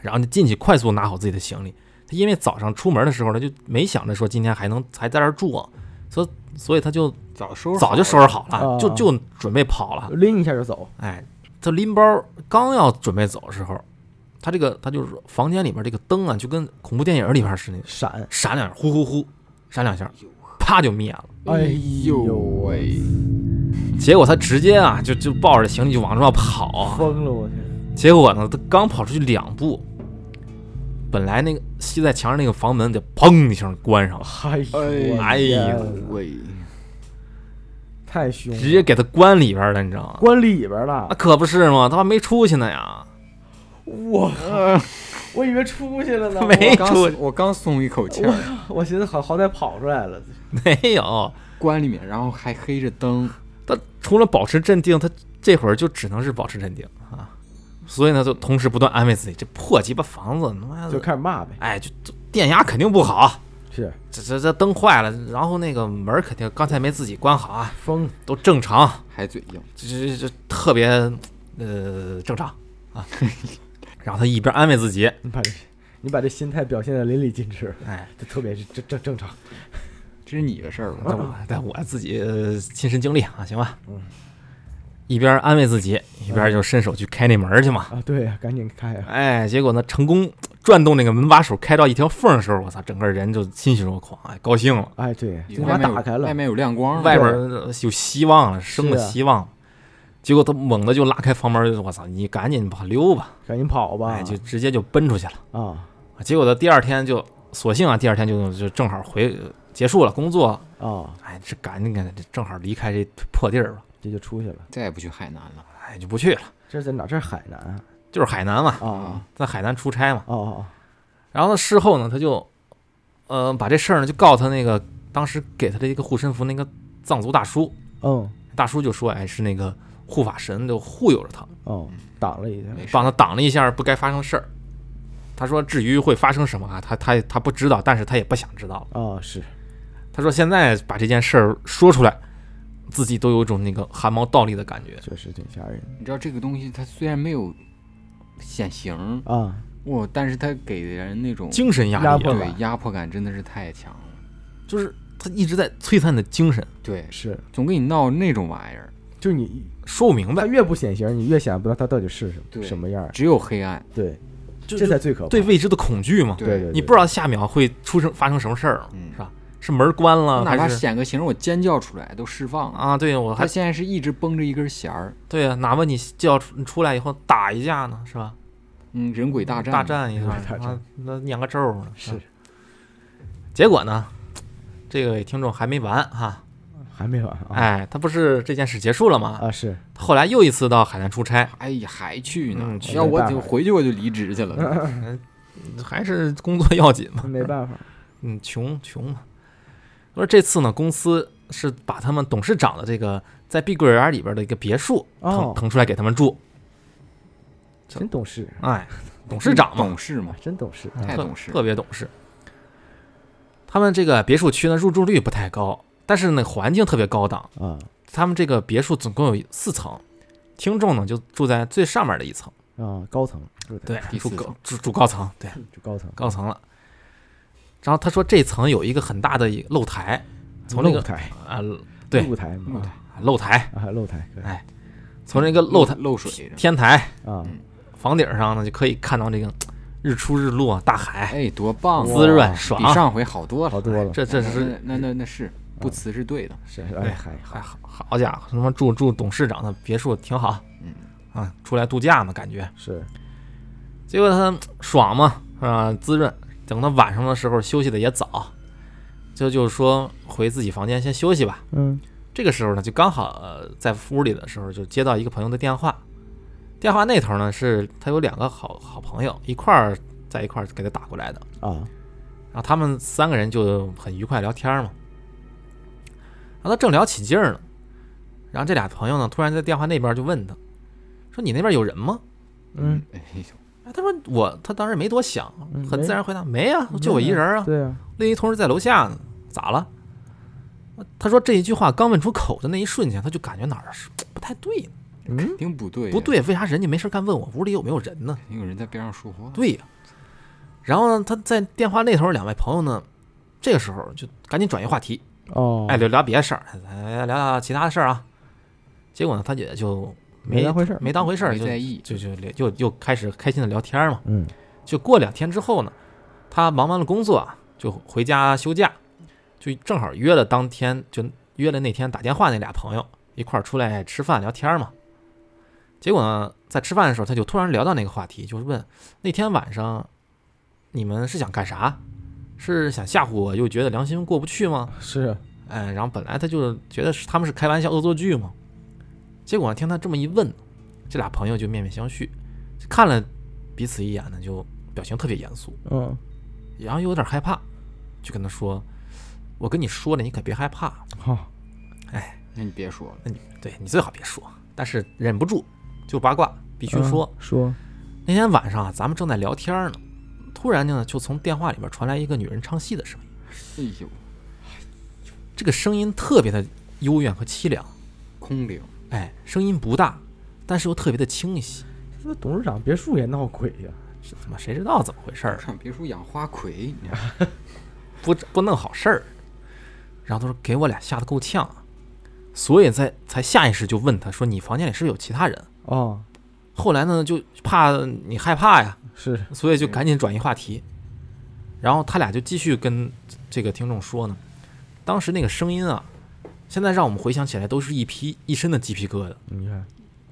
然后就进去快速拿好自己的行李。他因为早上出门的时候呢，就没想着说今天还能还在这儿住啊，所以所以他就早收拾早就收拾好了，啊就就准备跑了。拎一下就走，哎，他拎包刚要准备走的时候，他这个他就是说房间里边这个灯啊，就跟恐怖电影里边似的，闪，闪两下，呼呼呼，闪两下，啪就灭了。哎呦哎呦喂，结果他直接啊，就就抱着行李就往这要跑啊。疯了我天，结果呢，他刚跑出去两步，本来那个吸在墙上那个房门得砰一声关上了，嗨，哎呦喂，太凶了，直接啊给他关里边了，你知道吗？关里边儿那了，可不是嘛，他还没出去呢呀。 我我以为出去了呢， 没我刚出我刚松一口气儿，我我寻思好好歹跑出来了，没有，关里面，然后还黑着灯，他除了保持镇定，他这会儿就只能是保持镇定啊。所以呢，就同时不断安慰自己，这破鸡巴房子，他妈就的，开始骂呗，哎，就就电压肯定不好，是这这这灯坏了，然后那个门儿肯定刚才没自己关好啊，疯，都正常，还嘴硬，这这这这特别 呃正常啊。然后他一边安慰自己，你把这你把这心态表现的淋漓尽致， 哎，这特别是正正正常。这是你的事儿吧？但我但我自己呃亲身经历啊，行吧嗯，一边安慰自己，一边就伸手去开那门儿去嘛。啊，对呀，赶紧开啊！哎，结果呢，成功转动那个门把手，开到一条缝儿的时候，我操，整个人就欣喜若狂，哎，高兴了，哎，对，你金外花面有打开了外，面有亮光，外边儿呃有希望了，生了嗯是啊希望了。结果他猛地就拉开房门，我操，你赶紧跑溜吧，赶紧跑吧！哎，就直接就奔出去了。啊结果到第二天就，索性啊，第二天就就正好回结束了工作，啊，哎，这赶紧赶紧，这正好离开这破地儿吧，这就出去了。再也不去海南了哎，就不去了，这是在哪？这是海南啊就是海南嘛，啊啊！在海南出差嘛。哦哦，然后呢，事后呢，他就，呃，把这事儿呢就告他那个当时给他的一个护身符那个藏族大叔，哦大叔就说，哎，是那个护法神就护佑着他，嗯哦，挡了一下。没事帮他挡了一下不该发生的事儿。他说，至于会发生什么啊，他他他不知道，但是他也不想知道了。啊，是他说现在把这件事儿说出来，自己都有一种那个汗毛倒立的感觉。确实挺吓人你知道这个东西，它虽然没有显形，啊！哇，但是它给人那种精神压压力啊、迫对感压迫感真的是太强了。就是他一直在摧残你的精神。对，是，总给你闹那种玩意儿，就是你说不明它白，越不显形，你越想不到它到底是什对么什么样儿。只有黑暗。对，就这才最可怕。对未知的恐惧嘛。对对，你不知道下秒会出生发生什么事儿，嗯是吧？是门关了哪怕啊还是显个形，我尖叫出来都释放了。啊？对，我他还现在是一直绷着一根弦儿，对啊，哪怕你叫出你出来以后打一架呢，是吧？嗯，人鬼大战，大战一下大战啊，那念个咒呢。是啊结果呢，这个听众还没完哈，还没完啊哎，他不是这件事结束了吗？啊！ 是后来又一次到海南出差，哎呀，还去呢嗯？要我没办就法回去我就离职去了。还是工作要紧嘛，没办法 嗯，穷穷嘛。我说这次呢，公司是把他们董事长的这个在碧桂园里边的一个别墅腾、哦腾出来给他们住，真懂事，哎， 董事长嘛，懂事嘛，真懂事。太哎特懂事特别懂事。他们这个别墅区呢，入住率不太高，但是呢，环境特别高档。啊他们这个别墅总共有四层，听众呢就住在最上面的一层，啊，高层住的对，第住四高层住住高层，对，就高层，高层了。然后他说这层有一个很大的一个露台，从那个露台啊、对露台嘛露台露台，啊，露台可以哎从那个露台、漏水的，天台、啊嗯房顶上呢，就可以看到这个日出日落、大海，哎，多棒啊！滋润比爽。上回好多好了。哎多了。哎这这是嗯那那那那是不辞是对的，是哎还哎，好好好家伙，他妈住住董事长的别墅挺好嗯啊，出来度假嘛，感觉。是结果他爽嘛，啊、滋润。等到晚上的时候休息的也早，就就说回自己房间先休息吧。嗯这个时候呢，就刚好呃在屋里的时候，就接到一个朋友的电话，电话那头呢是他有两个好好朋友一块儿在一块儿给他打过来的，啊然后他们三个人就很愉快聊天嘛，然后他正聊起劲儿呢，然后这俩朋友呢突然在电话那边就问他，说你那边有人吗？嗯，哎呦，哎他说我，他当时没多想嗯，很没嗯自然回答没啊，就我一人啊，对啊另一同事在楼下呢，咋了？他说这一句话刚问出口的那一瞬间，他就感觉哪儿是不太对呢嗯挺不对，不，对，为啥人家没事干问我屋里有没有人呢？有人在边上说话，对呀、然后呢，他在电话那头两位朋友呢，这个时候就赶紧转移话题，哦哎，聊聊别的事儿，哎聊聊其他的事儿啊。结果呢，他也就没没当回事儿没当回事儿，没就在意就就就又开始开心的聊天嘛。嗯就过两天之后呢，他忙完了工作啊，就回家休假，就正好约了当天，就约了那天打电话那俩朋友一块儿出来吃饭聊天嘛。结果呢，在吃饭的时候，他就突然聊到那个话题，就是问那天晚上你们是想干啥？是想吓唬我，又觉得良心过不去吗？是啊哎，然后本来他就觉得是他们是开玩笑恶作剧嘛，结果听他这么一问，这俩朋友就面面相觑，看了彼此一眼呢，就表情特别严肃，嗯然后又有点害怕，就跟他说：“我跟你说了，你可别害怕，好那你别说了，对你最好别说，但是忍不住就八卦，必嗯须说。说那天晚上啊，咱们正在聊天呢，突然呢，就从电话里边传来一个女人唱戏的声音，哎呦，这个声音特别的幽怨和凄凉，空灵，哎，声音不大，但是又特别的清晰。这董事长别墅也闹鬼呀是怎么谁知道怎么回事儿？上别墅养花魁，你知道吗不不弄好事儿。然后他说给我俩吓得够呛，所以才才下意识就问他说你房间里是不是有其他人？哦，后来呢就怕你害怕呀，是所以就赶紧转移话题。然后他俩就继续跟这个听众说呢，当时那个声音啊，现在让我们回想起来都是一批一身的鸡皮疙瘩，你看，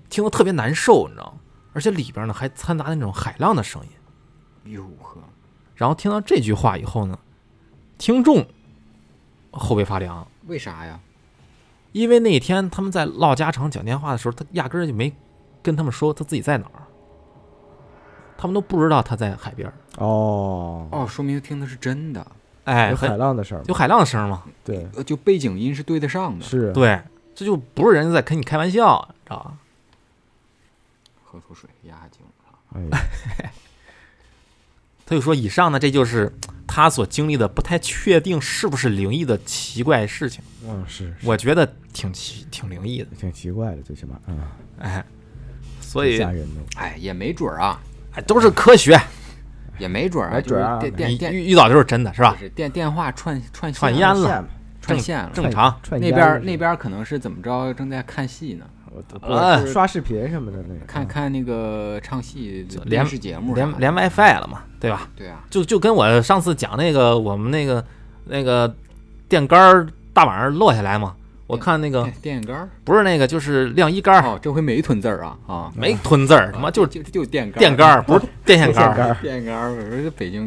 听得特别难受，你知道吗？而且里边呢还掺杂那种海浪的声音。哟呵，然后听到这句话以后呢，听众后背发凉，为啥呀？因为那天他们在唠家常讲电话的时候，他压根儿就没跟他们说他自己在哪儿，他们都不知道他在海边儿。哦，哦，说明听的是真的，哎，有很海浪的事儿，有海浪的声儿嘛？对，呃，就背景音是对得上的。是，啊对，这就不是人家在跟你开玩笑，知道吧？喝口水压压惊啊！哎呀，他就说以上呢，这就是他所经历的不太确定是不是灵异的奇怪事情。嗯，是，是我觉得挺奇，挺灵异的，挺奇怪的，最起码啊，哎，所挺以吓人的，哎，也没准儿啊，哎都是科学，也没准儿啊，没准儿啊就是你电电电遇遇到就是真的是吧不？是电电话串串啊串线烟了，了线嘛串正线了。正常串那烟边了儿是那边儿可能是怎么着，正在看戏呢，我都啊不刷视频什么的那个，嗯看看那个唱戏就嗯连电视节目啥连的连 WiFi 了嘛，对吧？对啊，就就跟我上次讲那个我们那个那个电杆儿大晚上落下来嘛，我看那个电电线杆儿不是那个就是晾衣杆儿，哦，这回没吞字儿啊啊，没吞字儿，他妈就是就就电杆哦电杆儿，哦不是电线杆儿，杆儿电杆儿，我说这北京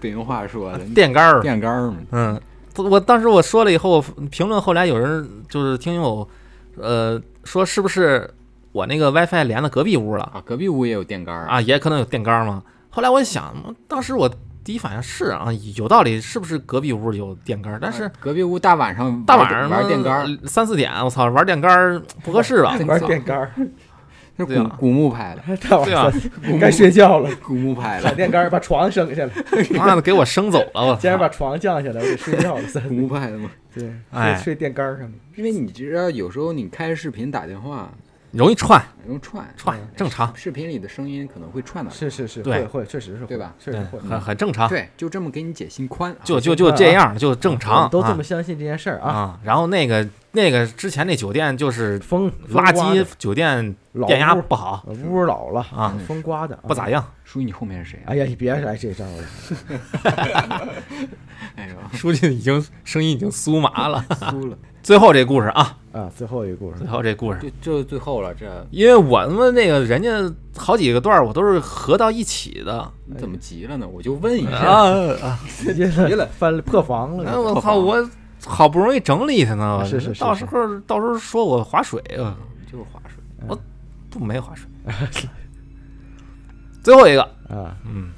北京话说的电杆儿。电杆儿嘛，嗯，我当时我说了以后，评论后来有人就是听友，呃，说是不是我那个 WiFi 连到隔壁屋了？啊，隔壁屋也有电杆儿啊，也可能有电杆儿嘛。后来我一想，当时我第一反应是啊，有道理，是不是隔壁屋有电杆儿？但是啊隔壁屋大晚上玩大晚上玩呢电杆儿，三四点，我操，玩电杆儿不合适吧？玩电杆 儿，是对古啊古墓派的，大晚对啊上 该睡觉了， 古墓派把的，电杆儿把床升下来，妈的，给我生走了，我今儿操！把床降下来，我得睡 觉了，三古墓派的嘛。对，哎睡睡电杆儿上面，因为你知道，有时候你开着视频打电话，容易串容易串串，正常，视频里的声音可能会串到你。是是是，对会会确实是会，对吧确对实会，，嗯很很正常，对，就这么给你解心宽啊。就就就这样，就正我常，们都这啊么相信这件事儿啊，啊。然后那个那个之前那酒店就是风垃风刮的圾酒店，老电压屋不好，呃屋儿老了啊风刮的不咋样。 样。叔，你后面是谁啊？哎呀，你别来这招了，哎呦， 书记已经声音已经酥麻了。输了，最后这故事啊，啊，最后一个 故事最，后这故事就就最后了，这因为我他妈那个人家好几个段儿我都是合到一起的你怎么急了呢？我就问一下，啊 啊！直接 急了翻了破防那了，哎我操，我好不容易整理它呢，我是是是到时候到时候说我划水，呃就是划水。不没划水。 最后一个，啊，嗯，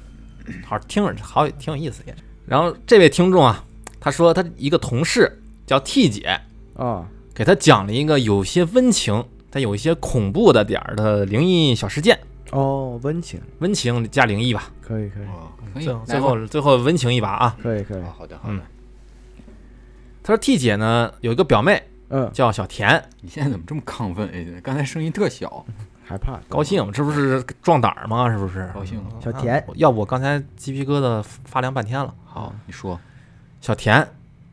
好听着好挺有意思也是。然后这位听众啊，他说他一个同事叫 T 姐，啊，给他讲了一个有些温情但有一些恐怖的点儿的灵异小事件，哦，温情，温情加灵异吧。可以可以哦，可以最后，最来吧后最后温情一把啊！可以可以哦，，好的好的。他说 T 姐呢有一个表妹嗯，叫小田，你现在怎么这么亢奋？哎，刚才声音特小，害怕，高兴，这不是壮胆儿吗？是不是？高兴了。小田啊要不我刚才鸡皮疙瘩发凉半天了。好，你说，小田，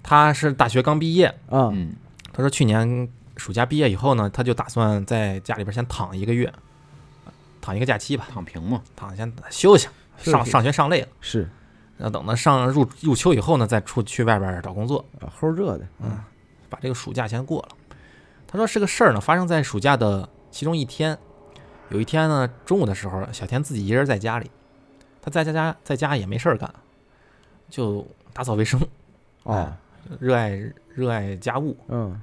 她是大学刚毕业，啊，嗯，她说去年暑假毕业以后呢，她就打算在家里边先躺一个月，躺一个假期吧，躺平嘛，躺先休息，休息上上学上累了，是然后等到上入入秋以后呢，再出去外边找工作，啊，齁热的，把这个暑假先过了。他说是个事儿呢，发生在暑假的其中一天。有一天呢，中午的时候，小田自己一人在家里，他在家家在家也没事儿干，就打扫卫生，哎哦，热爱热爱家务，嗯，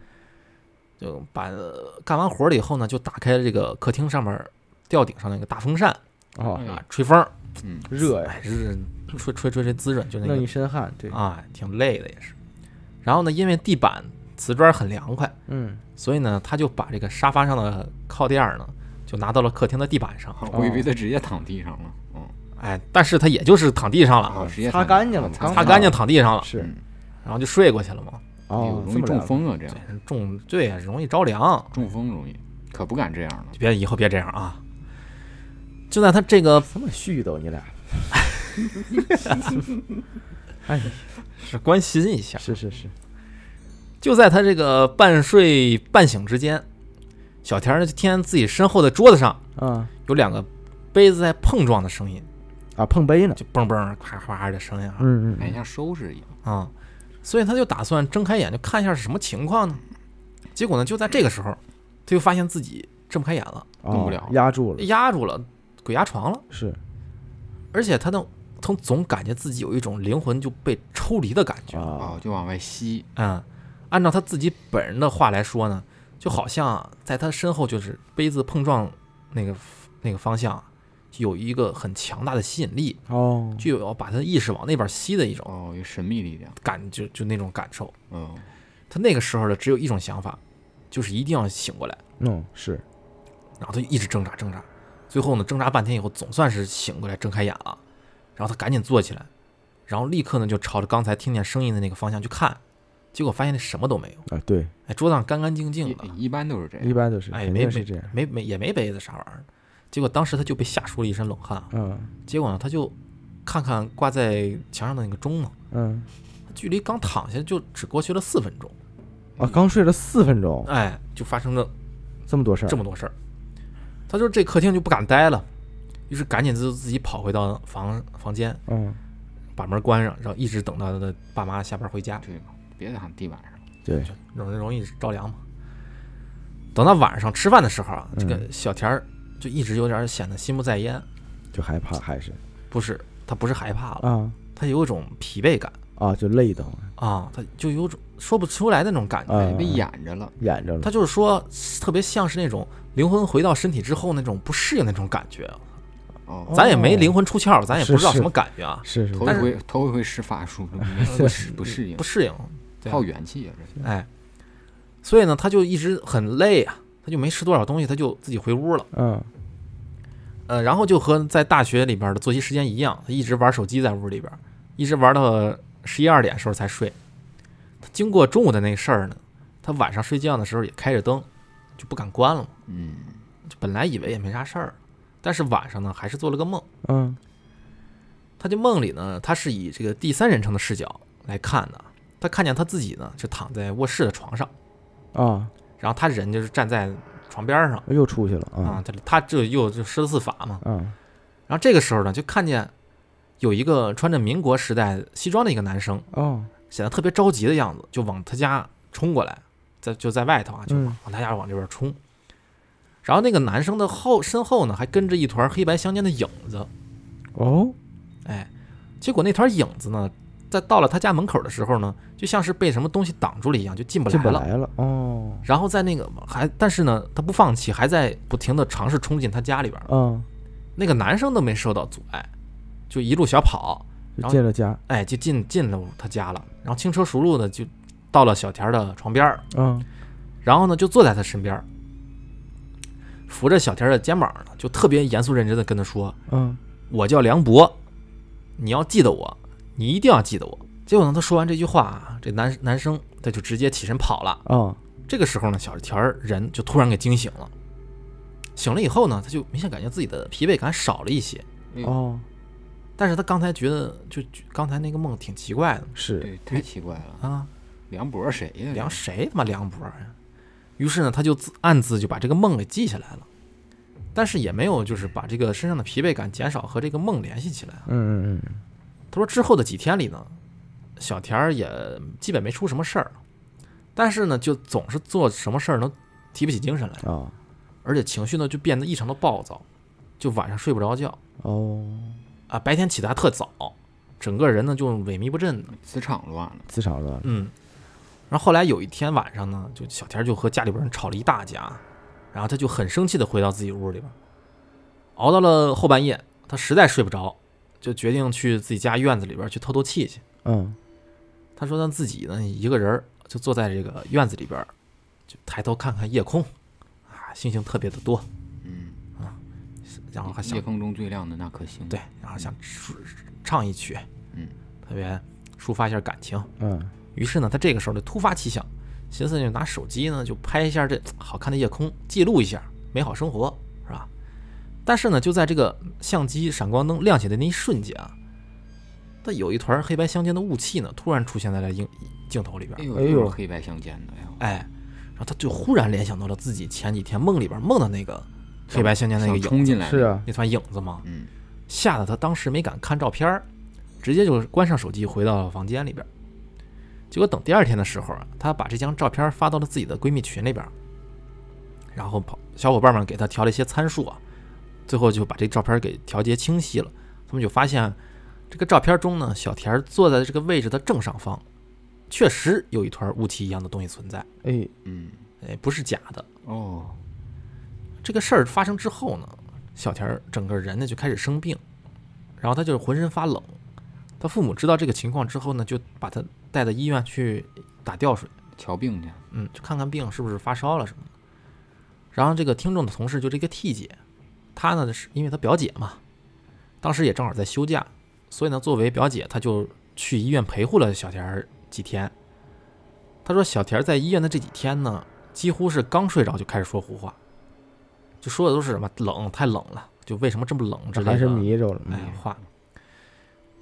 就把呃干完活儿了以后呢，就打开这个客厅上面儿吊顶上那个大风扇哦，啊，吹风儿，嗯，热呀，哎，是吹吹吹这滋润，就那弄一个身汗，对，啊，挺累的也是。然后呢，因为地板瓷砖儿很凉快，嗯，所以呢，他就把这个沙发上的靠垫儿呢，就拿到了客厅的地板上。我以啊为他直接躺地上了，嗯，哎，但是他也就是躺地上了，哦，直接擦躺干净了躺刚啊擦好干净躺地上了，是，然后就睡过去了嘛。哦，容这易么中凉风啊，这样对，中对容易着凉，中风容易，可不敢这样了。别以后别这样啊。就在他这个这么絮叨你俩，哎，是关心一下。是是是，就在他这个半睡半醒之间，小田儿就听见自己身后的桌子上啊有两个杯子在碰撞的声音，啊，碰杯呢，就嘣嘣、咔咔的声音啊嗯哎，像收拾一样。啊、所以他就打算睁开眼就看一下是什么情况呢。结果呢，就在这个时候，他就发现自己睁不开眼了，哎哦动不了压住了，压住了，鬼压床了，是而且他能，他总感觉自己有一种灵魂就被抽离的感觉。啊，，哦就往外吸，嗯，按照他自己本人的话来说呢，就好像在他身后就是杯子碰撞那个那个方向，就有一个很强大的吸引力，哦，就有要把他的意识往那边吸的一种哦，有神秘力量，感觉，就那种感受。嗯，他那个时候呢，只有一种想法，就是一定要醒过来。嗯，是然后他就一直挣扎挣扎，最后呢挣扎半天以后，总算是醒过来，睁开眼了。然后他赶紧坐起来，然后立刻呢就朝着刚才听见声音的那个方向去看，结果发现那什么都没有，啊，对，哎，桌子上干干净净的，一一般都是这一样，般都是，哎，肯没定没是这样，没没也没杯子啥玩意儿。结果当时他就被吓出了一身冷汗。啊嗯结果呢，他就看看挂在墙上的那个钟嘛，嗯，距离刚躺下就只过去了四分钟，嗯啊，刚睡了四分钟，哎，就发生了这么多事儿这，么多事儿。他就这客厅就不敢待了，于是赶紧就自己跑回到房房间，嗯，把门关上，然后一直等到他的爸妈下班回家，对吧？别躺地板上了，对，容易容易着凉嘛。等到晚上吃饭的时候啊，这嗯个小田儿就一直有点显得心不在焉，就害怕还是不是他不是害怕了，啊他有一种疲惫感啊，就累得慌，啊，他就有种说不出来的那种感觉。啊哎，被掩着了，演着他了就是说，特别像是那种灵魂回到身体之后那种不适应那种感觉。哦，咱也没灵魂出窍，咱也是不知道是什么感觉啊，嗯嗯是是头一回头一回施 法术，不适不适应不，适应。对啊靠元气啊，这是哎，所以呢，他就一直很累啊，他就没吃多少东西，他就自己回屋了。嗯呃，然后就和在大学里边的作息时间一样，他一直玩手机在屋里边，一直玩到十一二点时候才睡。他经过中午的那事儿呢，他晚上睡觉的时候也开着灯，就不敢关了嘛。嗯，就本来以为也没啥事儿，但是晚上呢还是做了个梦。嗯他这梦里呢，他是以这个第三人称的视角来看的，他看见他自己呢就躺在卧室的床上，啊，然后他人就是站在床边上又出去了啊啊，他他这又就十四法嘛，啊然后这个时候呢，就看见有一个穿着民国时代西装的一个男生，哦，显得特别着急的样子，就往他家冲过来，在就在外头啊，就嗯往他家往这边冲。然后那个男生的后身后呢，还跟着一团黑白相间的影子，哦，哎，结果那团影子呢，在到了他家门口的时候呢，就像是被什么东西挡住了一样，就进不进来不了。来了哦，然后在那个还，但是呢，他不放弃，还在不停的尝试冲进他家里边儿。嗯，那个男生都没受到阻碍，就一路小跑，就然后进了家，哎，就进进了他家了，然后轻车熟路的就到了小田儿的床边儿，嗯然后呢就坐在他身边儿，扶着小田儿的肩膀呢，就特别严肃认真的跟他说嗯，：“我叫梁博，你要记得我，你一定要记得我。”结果呢，他说完这句话啊，这男男生他就直接起身跑了。啊这个时候呢，小田儿人就突然给惊醒了，醒了以后呢，他就明显感觉自己的疲惫感少了一些，哦，但是他刚才觉得就就刚才那个梦挺奇怪的是对，太奇怪了，啊。梁博谁呀？梁谁他妈梁博呀？于是呢，他就自暗自就把这个梦给记下来了，但是也没有就是把这个身上的疲惫感减少和这个梦联系起来啊。嗯嗯嗯，他说之后的几天里呢，小田儿也基本没出什么事儿，但是呢，就总是做什么事儿能提不起精神来，啊而且情绪呢就变得异常的暴躁，就晚上睡不着觉哦，啊，白天起得还特早，整个人呢就萎靡不振的。磁场乱了，磁场乱了，嗯，然后后来有一天晚上呢，就小田就和家里边人吵了一大架，然后他就很生气的回到自己屋里边，熬到了后半夜，他实在睡不着，就决定去自己家院子里边去透透气去。嗯他说他自己呢一个人儿就坐在这个院子里边儿，就抬头看看夜空，啊，星星特别的多，嗯，然后还想夜空中最亮的那颗星，对，，然后想舒唱一曲，嗯，特别抒发一下感情。嗯于是呢，他这个时候就突发奇想，寻思就拿手机呢就拍一下这好看的夜空，记录一下美好生活，是吧？但是呢，就在这个相机闪光灯亮起的那一瞬间啊，但有一团黑白相间的雾气呢，突然出现在了镜镜头里边哎。呦，哎呦又是黑白相间的呀，哎，然后他就忽然联想到了自己前几天梦里边梦的那个黑白相间那个想影冲进来是啊，那团影子嘛，嗯，吓得他当时没敢看照片儿，直接就关上手机回到了房间里边儿。结果等第二天的时候啊，他把这张照片发到了自己的闺蜜群里边儿，然后跑小伙伴们给他调了一些参数啊，最后就把这照片给调节清晰了。他们就发现这个照片中呢，小田儿坐在这个位置的正上方，确实有一团雾气一样的东西存在，哎，嗯，哎，不是假的。哦，这个事儿发生之后呢，小田儿整个人呢就开始生病，然后他就浑身发冷。他父母知道这个情况之后呢，就把他带到医院去打吊水，瞧病去，嗯，就看看病是不是发烧了什么的。然后这个听众的同事就这个 T 姐，她呢是因为她表姐嘛，当时也正好在休假，所以呢作为表姐，她就去医院陪护了小田儿几天。她说小田儿在医院的这几天呢，几乎是刚睡着就开始说胡话，就说的都是什么冷太冷了，就为什么这么冷之这类的，还是迷着了。嗯哎话。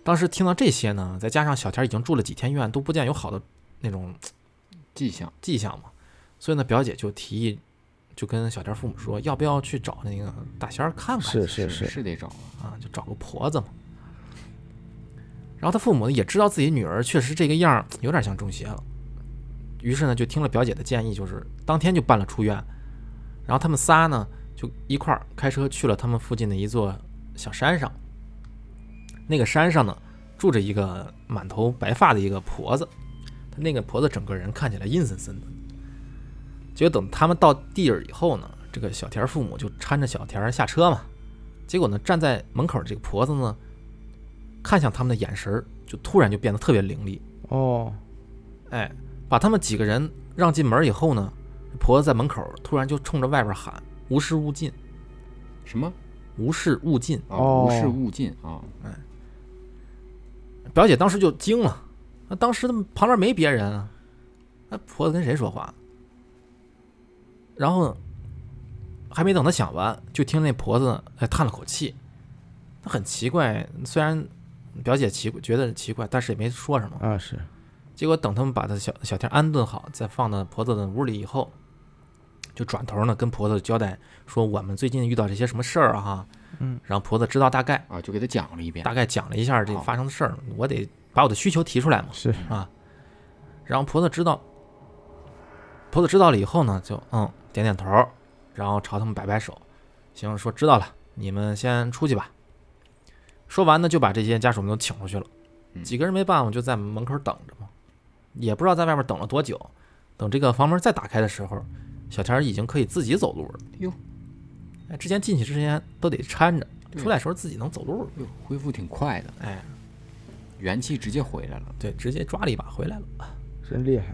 当时听到这些呢，再加上小田儿已经住了几天院，都不见有好的那种迹象，迹象嘛，所以呢，表姐就提议，就跟小田父母说，要不要去找那个大仙儿看看去？是是是是，是得找啊，啊，就找个婆子嘛。然后他父母呢也知道自己女儿确实这个样儿有点像中邪了，于是呢就听了表姐的建议，就是当天就办了出院。然后他们仨呢就一块儿开车去了他们附近的一座小山上。那个山上呢住着一个满头白发的一个婆子，她那个婆子整个人看起来阴森森的。结果等他们到地儿以后呢，这个小田儿父母就搀着小田儿下车嘛，结果呢，站在门口的这个婆子呢，看向他们的眼神儿就突然就变得特别凌厉，哦，哎，把他们几个人让进门以后呢，婆子在门口突然就冲着外边喊：“无视勿进，什么无视勿进啊，哦无事勿进啊，！”表姐当时就惊了，那当时他们旁边没别人啊，那婆子跟谁说话？然后还没等她想完，就听那婆子哎叹了口气，她很奇怪，虽然表姐奇觉得奇怪，但是也没说什么。啊是，结果等他们把他小小天安顿好，再放到婆子的屋里以后，就转头呢跟婆子交代说我们最近遇到这些什么事儿啊哈，嗯，然后婆子知道大概啊，就给他讲了一遍，大概讲了一下这好发生的事儿，我得把我的需求提出来嘛，是啊，然后婆子知道，婆子知道了以后呢，就嗯点点头儿，然后朝他们摆摆手，行，说知道了，你们先出去吧。说完呢，就把这些家属们都请出去了，嗯几个人没办法，就在门口等着嘛，也不知道在外面等了多久。等这个房门再打开的时候，小田儿已经可以自己走路了。哟，哎，之前进去之前都得搀着，对出来的时候自己能走路了。哟，恢复挺快的，哎，元气直接回来了，对，直接抓了一把回来了。真厉害，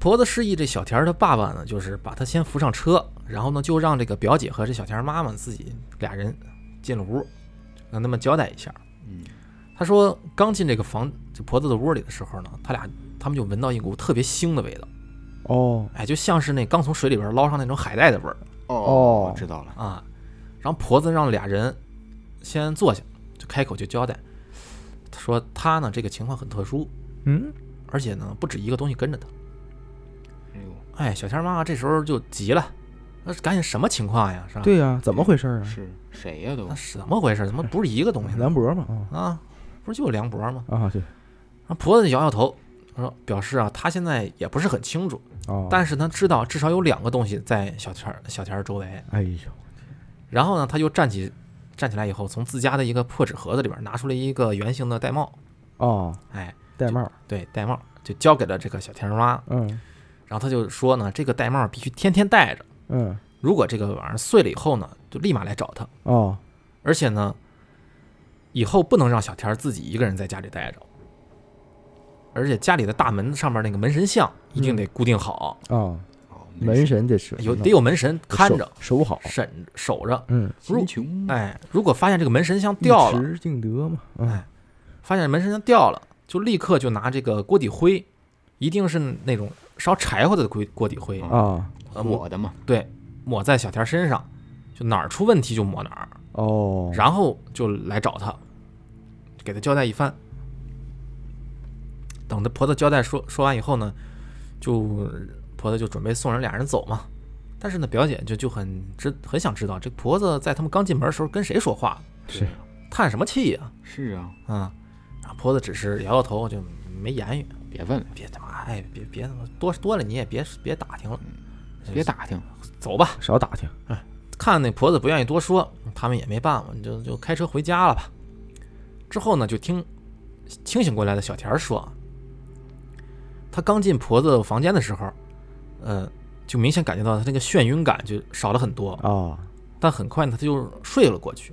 婆子示意这小田儿的爸爸呢，就是把他先扶上车，然后呢就让这个表姐和这小田儿妈妈自己俩人进了屋，让他们交代一下。嗯，他说刚进这个房这婆子的屋里的时候呢，他俩他们就闻到一股特别腥的味道，哦哎，就像是那刚从水里边捞上那种海带的味儿哦我知道了，啊。然后婆子让俩人先坐下，就开口就交代，他说他呢这个情况很特殊，嗯而且呢不止一个东西跟着他。哎呦，哎，小天妈妈这时候就急了，那赶紧什么情况呀？是吧？，对呀，怎么回事儿啊？是谁呀都那，什么回事？怎么不是一个东西呢？梁博嘛啊，不是就梁博吗？啊啊对然后婆子摇摇头，说表示啊，她现在也不是很清楚，哦，但是她知道至少有两个东西在小天儿小天儿周围。哎呦然后呢，她就站起站起来以后，从自家的一个破纸盒子里边拿出了一个圆形的戴帽，哦，哎，戴帽儿，对，戴帽就交给了这个小天儿妈。嗯然后她就说呢，这个戴帽必须天天戴着，嗯如果这个玩意儿碎了以后呢，就立马来找她。哦而且呢，以后不能让小天儿自己一个人在家里待着，而且家里的大门上面那个门神像一定嗯得固定好，哦，哦门神得是有得有门神看着、守守好，审守着。嗯，如秦琼，哎，如果发现这个门神像掉一了，时敬德嘛，嗯哎发现门神像掉了，就立刻就拿这个锅底灰，一定是那种烧柴火的锅锅底灰，啊呃火的嘛，对，抹在小天儿身上，就哪儿出问题就抹哪儿。哦，然后就来找他，给他交代一番。等她婆子交代说说完以后呢，就婆子就准备送人俩人走嘛。但是呢，表姐就就很知很想知道这婆子在他们刚进门的时候跟谁说话，是啊叹什么气呀、是啊，啊？然后婆子只是摇摇头，就没言语。别问了，别他妈哎，别别他妈多多了，你也别别打听了，别打听，走吧。少打听。看那婆子不愿意多说，他们也没办法，就就开车回家了吧。之后呢，就听清醒过来的小田儿说，他刚进婆子房间的时候，呃，就明显感觉到他那个眩晕感就少了很多，哦，但很快呢，他就睡了过去。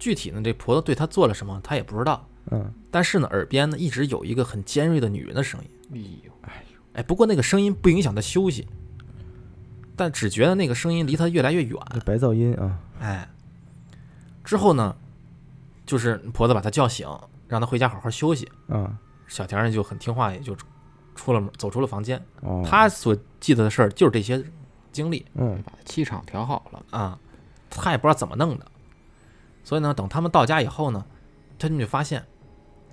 具体呢，这婆子对他做了什么，他也不知道。嗯，但是呢，耳边呢一直有一个很尖锐的女人的声音。哎呦，哎，不过那个声音不影响他休息，但只觉得那个声音离他越来越远。这白噪音啊，哎，之后呢，就是婆子把他叫醒，让他回家好好休息。啊，小田儿就很听话，也就出出了门，走出了房间。哦，他所记得的事儿就是这些经历嗯把气场调好了，啊，他也不知道怎么弄的。所以呢，等他们到家以后呢，他们就发现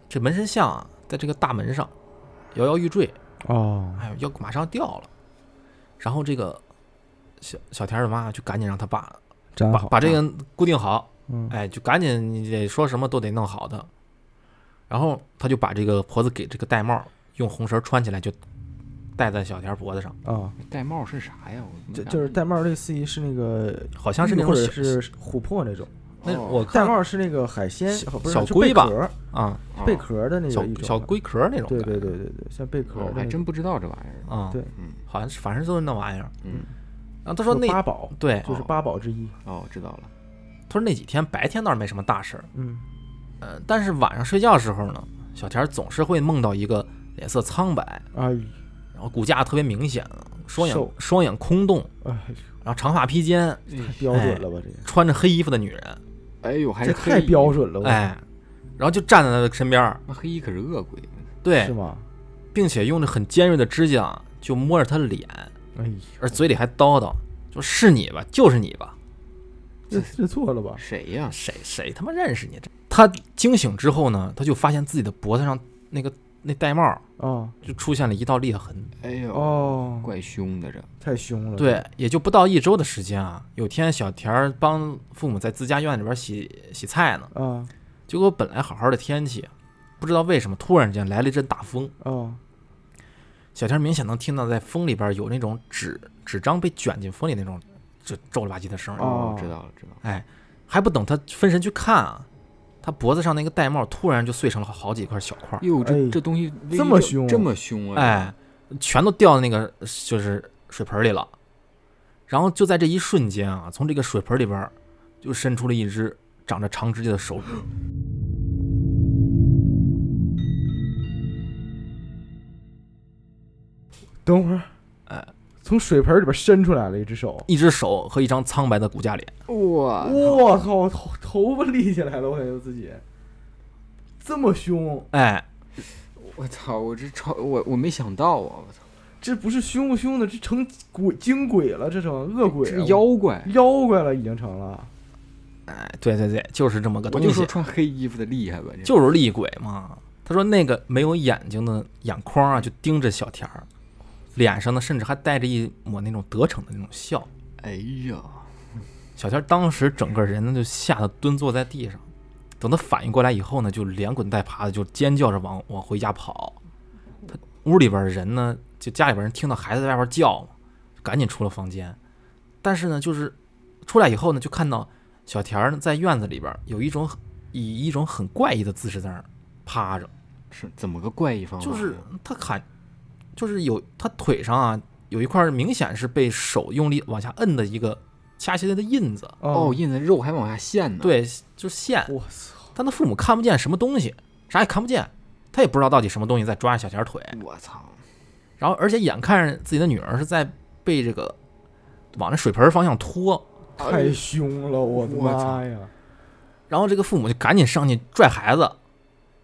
这门神像啊，在这个大门上摇摇欲坠，哦，哎呦，要马上要掉了。然后这个小小田儿的妈就赶紧让他爸粘把好，把这，个固定好，嗯，哎，就赶紧你得说什么都得弄好的。然后他就把这个婆子给这个戴帽用红绳穿起来，就戴在小田脖子上，啊，戴帽是啥呀？我就就是戴帽类似于是那个，好像是那或种者小是哦琥珀那种，哦那我戴看帽是那个海鲜小，不是小是龟贝吧壳啊，哦贝壳的那小个一种小龟壳那种哦对感觉对对对对，像贝壳我的那还真种，不知道这玩意儿。啊，对，嗯好像是反正就是那玩意儿。嗯，然后他说那八宝，对，就就是八宝之一，哦，知道了，他说那几天白天倒是没什么大事儿，嗯，呃，但是晚上睡觉的时候呢，小田总是会梦到一个脸色苍白，哎然后骨架特别明显，双眼瘦双眼空洞，哎，然后长发披肩，太标准了吧这穿着黑衣服的女人。哎呦，哎还个，这是太标准了，我，哎，然后就站在他的身边儿，那黑衣可是恶鬼，是对，吗？并且用着很尖锐的指甲就摸着他的脸，哎呦，而嘴里还叨叨，说是你吧，就是你吧，这这错了吧？谁呀？谁谁他妈认识你？他惊醒之后呢，他就发现自己的脖子上那个那戴帽儿啊，就出现了一道裂痕。哎呦，哦，怪凶的这，太凶了，对，也就不到一周的时间啊。有天小田儿帮父母在自家院里边洗洗菜呢，啊结果本来好好的天气，不知道为什么突然间来了一阵大风，啊，小天明显能听到在风里边有那种纸纸张被卷进风里那种就皱了吧唧的声儿。哦哦，知道了，知道了，哎，还不等他分神去看啊，他脖子上那个戴帽突然就碎成了好几块小块儿，哟，这哎这东西威力这么凶啊这么凶啊！哎，全都掉到那个就是水盆里了。然后就在这一瞬间啊，从这个水盆里边儿就伸出了一只长着长指甲的手指。等会儿，哎，从水盆里边伸出来了一只手，一只手和一张苍白的骨架脸，这，哇，我靠，头头发立起来了，我感觉自己这么凶，哎，我操，我这超我我没想到啊！我操，这不是凶不凶的，这成鬼精鬼了，这成恶鬼这啊，是妖怪，妖怪了，已经成了。啊哎，对对对，就是这么个我东就西说。穿黑衣服的厉害吧，这就是厉鬼嘛。他说那个没有眼睛的眼眶啊，就盯着小田儿，脸上呢甚至还带着一抹那种得逞的那种笑。哎呀，小田儿当时整个人呢就吓得蹲坐在地上，等他反应过来以后呢，就连滚带爬的就尖叫着往往回家跑。他屋里边儿人呢，就家里边儿人听到孩子在外边儿叫嘛，就赶紧出了房间。但是呢，就是出来以后呢，就看到小田儿呢在院子里边儿有一种很以一种很怪异的姿势在那儿趴着。是怎么个怪异方法？啊就是他砍，就是有他腿上啊有一块明显是被手用力往下摁的一个掐起来的印子，嗯哦，，印子肉还往下陷呢。，对，就是线。我操，但他父母看不见什么东西，啥也看不见，他也不知道到底什么东西在抓着小田腿。我操，然后，而且眼看着自己的女儿是在被这个往那水盆方向拖，哎太凶了，我的我操妈呀！然后这个父母就赶紧上去拽孩子。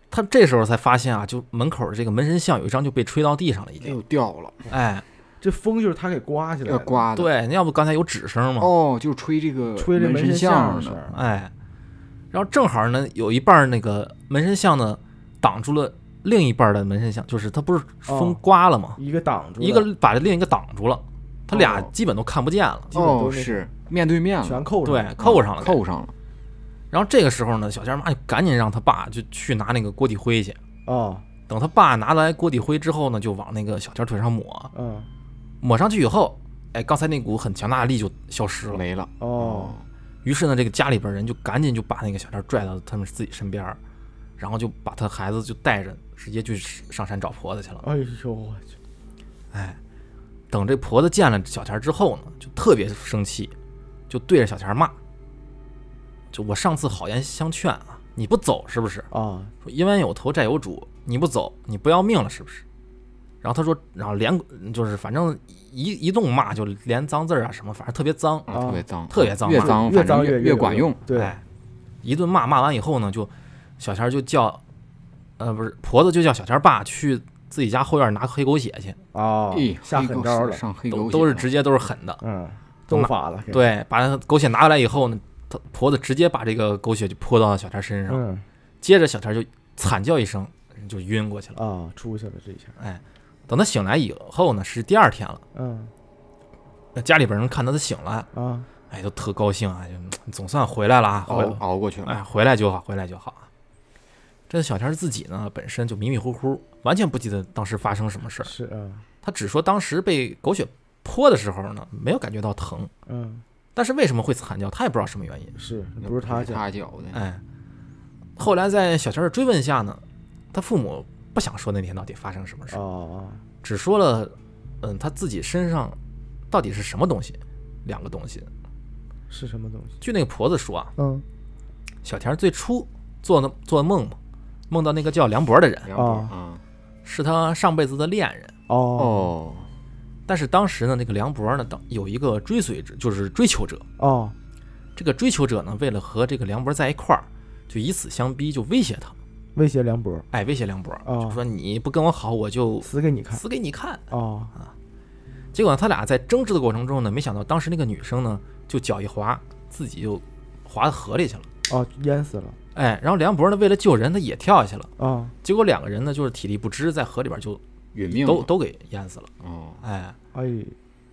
他这时候才发现啊，就门口这个门神像有一张就被吹到地上了，已经。又掉了，哎，这风就是他给刮起来要的，刮的。对，要不刚才有纸声嘛。哦，就吹这个吹这门门神像像的声呢。儿，哎，然然后正好呢，有一半儿那个门神像呢挡住了另一半儿的门神像，就是它不是风哦刮了吗？一个挡住了，一个把另一个挡住了，他俩哦基本都看不见了。基本都哦，那是面对面了嗯全，扣上对了，，扣上了，扣上了。然后这个时候呢，小仙儿妈就赶紧让他爸就去拿那个锅底灰去。啊，等他爸拿来锅底灰之后呢，就往那个小仙儿腿上抹，嗯，抹上去以后，哎，刚才那股很强大的力就消失了。没了。哦，于是呢，这个家里边人就赶紧就把那个小仙儿拽到他们自己身边儿，然后就把他孩子就带着直接去上山找婆子去了。哎呦我去，等这婆子见了小钱儿之后呢，就特别生气，就对着小钱儿骂：“就我上次好言相劝啊，你不走是不是？啊，说冤有头债有主，你不走，你不要命了是不是？”然后他说，然后连就是反正一一动骂，就连脏字儿啊什么，反正特别脏，啊，啊特别脏，特别脏越骂脏越反正脏越越管用。，对，哎，一顿骂骂完以后呢，就小钱儿就叫，呃，不是婆子就叫小钱儿爸去自己家后院拿黑狗血去，啊咦，，下哎黑狠狗招屎了，上黑都狗都是血啊直接都是狠的，嗯，斗法了，，对，把狗血拿回来以后呢，她婆子直接把这个狗血就泼到小天身上，嗯接着小天就惨叫一声，人就晕过去了。啊，出去了这一下，哎，等他醒来以后呢，是第二天了。嗯那家里边人看到他醒了，啊，哎，都特高兴啊，就嗯你总算回来了啊，熬回来，熬过去了。哎，回来就好，回来就好啊。这小天自己呢，本身就迷迷糊糊，完全不记得当时发生什么事儿。是啊，他只说当时被狗血泼的时候呢，没有感觉到疼，嗯但是为什么会惨叫，他也不知道什么原因。是，不是他家，他搅的，哎，后来在小钱儿追问下呢，他父母不想说那天到底发生什么事，哦只说了，嗯，他自己身上到底是什么东西，两个东西。哦，是什么东西？据那个婆子说啊，嗯小田儿最初做那做梦嘛，梦到那个叫梁博的人梁博啊，是他上辈子的恋人，哦哦，但是当时呢，那个梁博呢，当有一个追随者，就是追求者。哦这个追求者呢，为了和这个梁博在一块儿，就以死相逼，就威胁他，威胁梁博，哎，威胁梁博，哦就说你不跟我好，我就死给你看，死给你看。哦结果他俩在争执的过程中呢，没想到当时那个女生呢就脚一滑，自己就滑到河里去了。哦，淹死了，哎，然后梁博呢为了救人，他也跳下去了。啊结果两个人呢就是体力不支，在河里边就殒命都了都给淹死了。哦，哎，哎，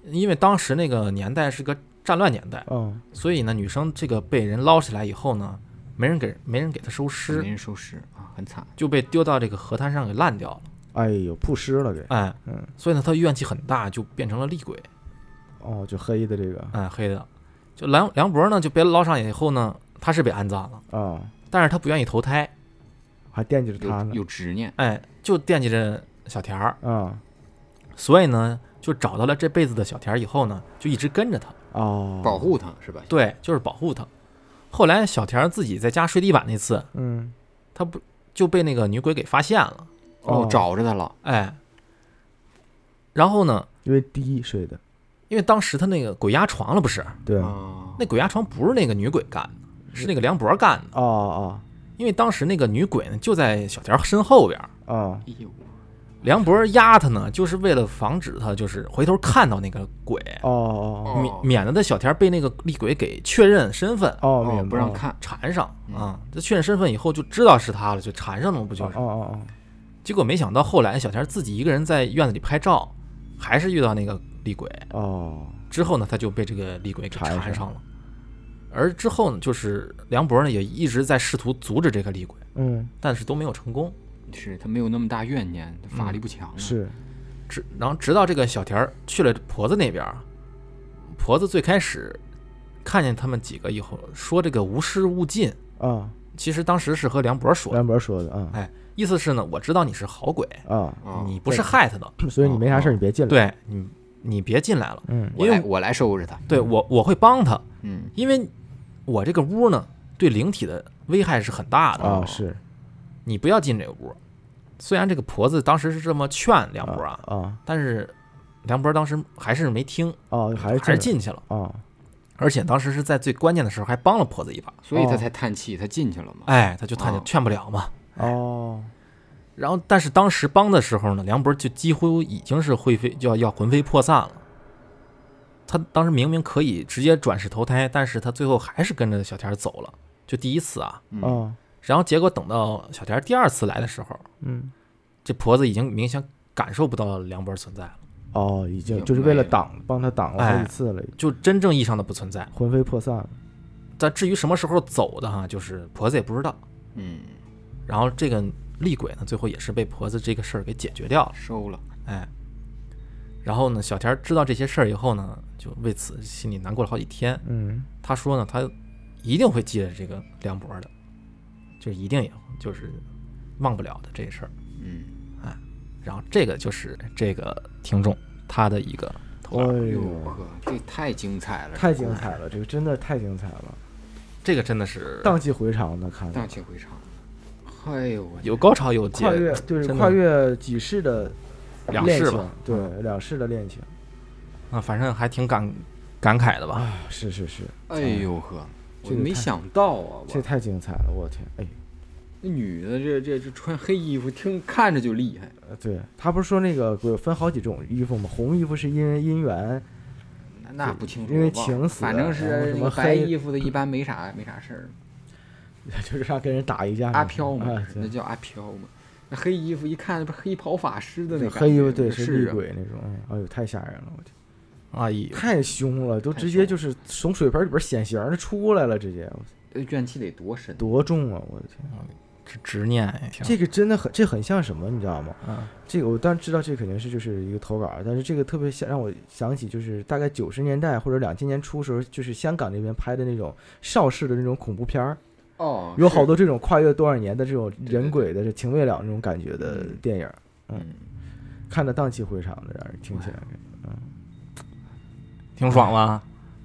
因为当时那个年代是个战乱年代，嗯所以呢女生这个被人捞起来以后呢，没人给没人给她收没尸，人收尸啊，很惨。就被丢到这个河滩上给烂掉了。哎呦，曝尸了给，哎，嗯所以呢他怨气很大，就变成了厉鬼。哦，就黑的这个哎，黑的。就梁梁博呢就被捞上以后呢，他是被安葬了。啊，但是他不愿意投胎，还惦记着他有呢，有执念，哎，就惦记着小田儿，啊所以呢，就找到了这辈子的小田儿以后呢，就一直跟着他，哦，保，护他是吧？对，就是保护他。后来小田儿自己在家睡地板那次，嗯，他不就被那个女鬼给发现了，哦，找着他了，哎，然后呢，因为低睡的，因为当时他那个鬼压床了，不是对，哦啊，那鬼压床不是那个女鬼干的，是那个梁博干的，哦因为当时那个女鬼呢就在小田儿身后边儿。哦哦，哎呦，梁博压他呢，就是为了防止他就是回头看到那个鬼，哦哦哦免免得这小田被那个厉鬼给确认身份哦，哦，明哦，白不让，看，缠上嗯啊。这确认身份以后就知道是他了，就缠上了嘛，不就哦是哦？哦结果没想到后来小田自己一个人在院子里拍照，还是遇到那个厉鬼。哦哦，之后呢，他就被这个厉鬼给缠上缠上了。而之后呢，就是梁博呢也一直在试图阻止这个厉鬼，嗯，但是都没有成功。是他没有那么大怨念，他法力不强啊，嗯是，直然后直到这个小田儿去了婆子那边儿，婆子最开始看见他们几个以后，说这个无师勿近。啊，其实当时是和梁博说的，梁博说的啊哎，意思是呢，我知道你是好鬼，啊，啊，你不是害他的，所以你没啥事儿，你别进来，，对你，你别进来了，嗯，我因为来我来收拾他，对我我会帮他，嗯，因为我这个屋呢对灵体的危害是很大的，啊是，你不要进这个屋。虽然这个婆子当时是这么劝梁博啊，啊但是梁博当时还是没听，啊，还还是是进去了。啊，而且当时是在最关键的时候还帮了婆子一把，所以他哦才叹气，他进去了嘛，哎，他就他就哦劝不了嘛。哦然后，但是当时帮的时候呢，梁博就几乎已经是灰飞，就要要魂飞魄散了。他当时明明可以直接转世投胎，但是他最后还是跟着小田儿走了。就第一次啊。嗯，啊，然后结果等到小田第二次来的时候，嗯，这婆子已经明显感受不到梁博存在了，哦，已经挺就是为了累的挡帮他挡了好哎几次了，就真正意义上的不存在。魂飞魄散了。但至于什么时候走的哈，就是婆子也不知道。嗯，然后这个厉鬼呢，最后也是被婆子这个事儿给解决掉了。收了，哎，然后呢，小田知道这些事儿以后呢，就为此心里难过了好几天。嗯，他说呢，他一定会记得这个梁博的，就一定也就是忘不了的这事儿。嗯，然后这个就是这个听众他的一个投稿，哎哎呦呦，呵，这太精彩了，太精彩了，这个真的太精彩了，这个真的是荡气回肠的看这，的荡气回肠。哎呦我，有高潮有节，跨越就是真的跨越几世的两恋世情吧，，对两世的恋情啊，反正还挺感感慨的吧。啊，是是是，哎呦呵，我这个没太想到啊，这我太精彩了，我天，哎，那女的这这这穿黑衣服，听看着就厉害，呃对他不是说那个有分好几种衣服吗？红衣服是因为姻缘， 那那不清楚，因为我忘了情死反正然后什是那么个白黑衣服的，一般没啥没啥事儿。就是让跟人打一架，阿飘嘛啊，那对叫阿飘嘛。那黑衣服一看，不是黑袍法师的那就感觉黑衣服对是厉啊，鬼那种，嗯哎呦太吓人了，我天，哎呦，太凶了，都太直凶接了就是从水盆里边显形儿出来了，直接我操呃怨气得多深？多重啊，我的天。这执念哎，挺这个真的很，这很像什么，你知道吗？嗯这个我当然知道，这肯定是就是一个投稿，但是这个特别像让我想起，就是大概九十年代或者两千年初时候，就是香港那边拍的那种邵氏的那种恐怖片儿，哦，有是好多这种跨越多少年的这种对人鬼的这情未了那种感觉的嗯电影儿，嗯，看得荡气回肠的，让人听起来挺爽吧？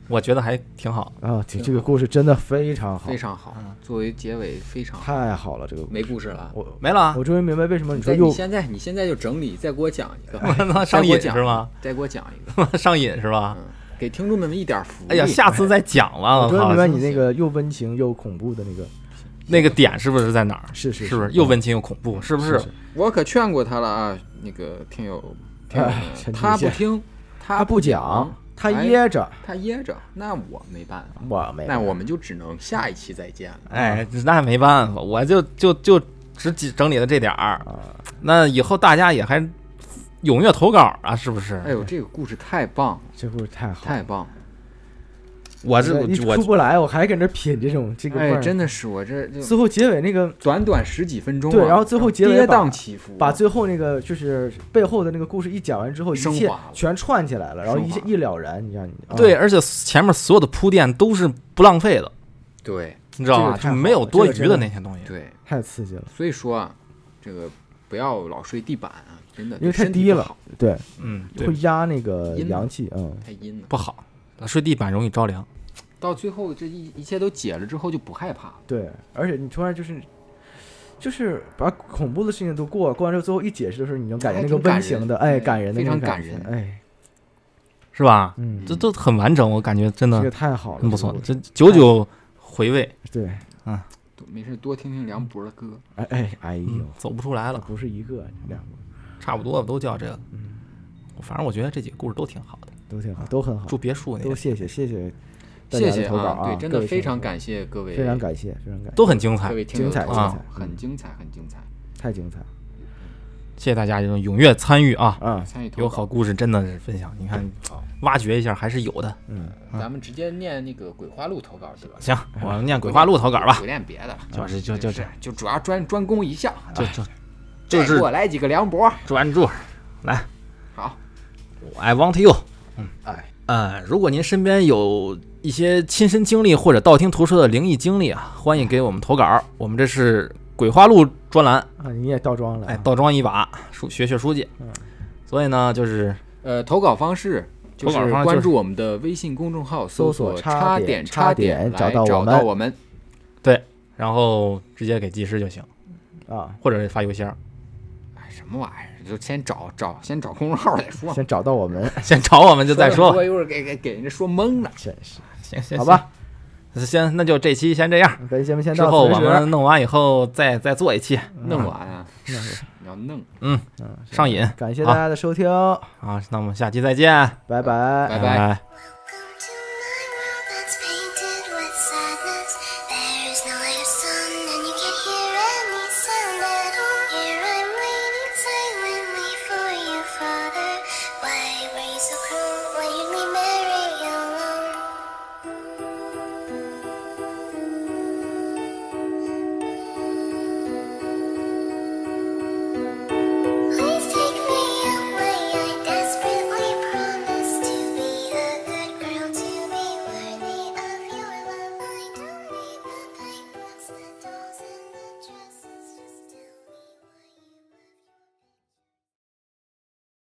我觉得还挺好。啊，这挺这个好故事真的非常好非，常好嗯，作为结尾非常好。太好了，这个故没事故事了，我没了啊我！终于明白为什么你说在又哎你现在你现在就整理，再给我讲一个， 我操，再上给我瘾讲是吗？？ 再给我讲一个，上瘾是吧？嗯，给听众们一点福利。哎呀，下次再讲吧。哦我我终于靠明，白你那个又温情又恐怖的那个，那个点是不是在哪儿？是是是不是又温情又恐怖？是不是是？是我可劝过他了啊，那个听友，听友哎们神经他不线听，他他不讲，他哎掖着。他掖着，那我没办法，我没有，那我们就只能下一期再见了。哎，那没办法，我就就就只只整理了这点儿。啊，那以后大家也还踊跃投稿啊，是不哎是？呦，这个故事太棒了，这故事太好，太棒了！我这一我出不来，我还搁那品这种这个味哎，儿。真的是我这就最后结尾那个，短短十几分钟啊、对然后最后结尾跌把宕起伏啊，把最后那个就是背后的那个故事一讲完之后，一升切华了全串起来了，然后一升下华一了然，你让你啊对，而且前面所有的铺垫都是不浪费的，对你知道这吗？个太好了就没有多余这个的真的那些东西。对，太刺激了，所以说啊，这个不要老睡地板啊，真的，因为对太身体低不了好，对，嗯，对会，压那个阴阳气，嗯，太阴了。不好，睡地板容易着凉。到最后这一一切都解了之后，就不害怕了。对，而且你突然就是。就是把恐怖的事情都过过完之后，最后一解释的时候，你能感觉还那个挺感温情人的，哎，哎感人的非那种常感感觉人哎，是吧？嗯，这都很完整，我感觉真这个哎的太好了，很不这错个，这久久回味，对，多没事，多听听梁博的歌。哎哎，哎呦，嗯，走不出来了，不是一个两个，差不多吧，都叫这个。嗯，反正我觉得这几个故事都挺好的，都挺好，都很好，住别墅那都些谢谢谢谢大谢家谢啊的投稿啊对，真各的位非听常众感谢各位，非常感谢非常感谢，都很精彩各，位听友精彩的投精稿啊彩很嗯精彩，很精彩。太精彩谢谢大家这种踊跃参与啊！啊，参与投有稿好嗯故事真的是分享，你看好，挖掘一下还是有的。嗯，咱们直接念那个鬼话录投稿得了。行，哎我们念鬼话录投稿吧不，练别的了，就是就就这就主要专专攻一项，就就再就给是我来几个梁博。专注，来好， ，I want you。嗯哎，呃，如果您身边有一些亲身经历或者道听途说的灵异经历啊，欢迎给我们投稿。我们这是鬼话录专栏，啊，你也倒装了哎，啊，倒装一把，书学学书记嗯。所以呢，就是呃，投稿方式就投稿是方式关就是注我们的微信公众号，搜索索差差点点差点点来找到我找们到我们。对，然后直接给技师就行，啊，或者发邮箱，哎，什么玩意儿？就先找找，先找公众号再说。先找到我们， 先找我们就再说说了多。一会儿给给给人家说懵了。真是行行，好吧，行，先那就这期先这样，本节目先之到后此为我止，们弄完以后再再做一期，弄完啊，嗯那是你要弄，嗯，嗯，上瘾。感谢大家的收听，好，那我们下期再见，拜拜。拜拜拜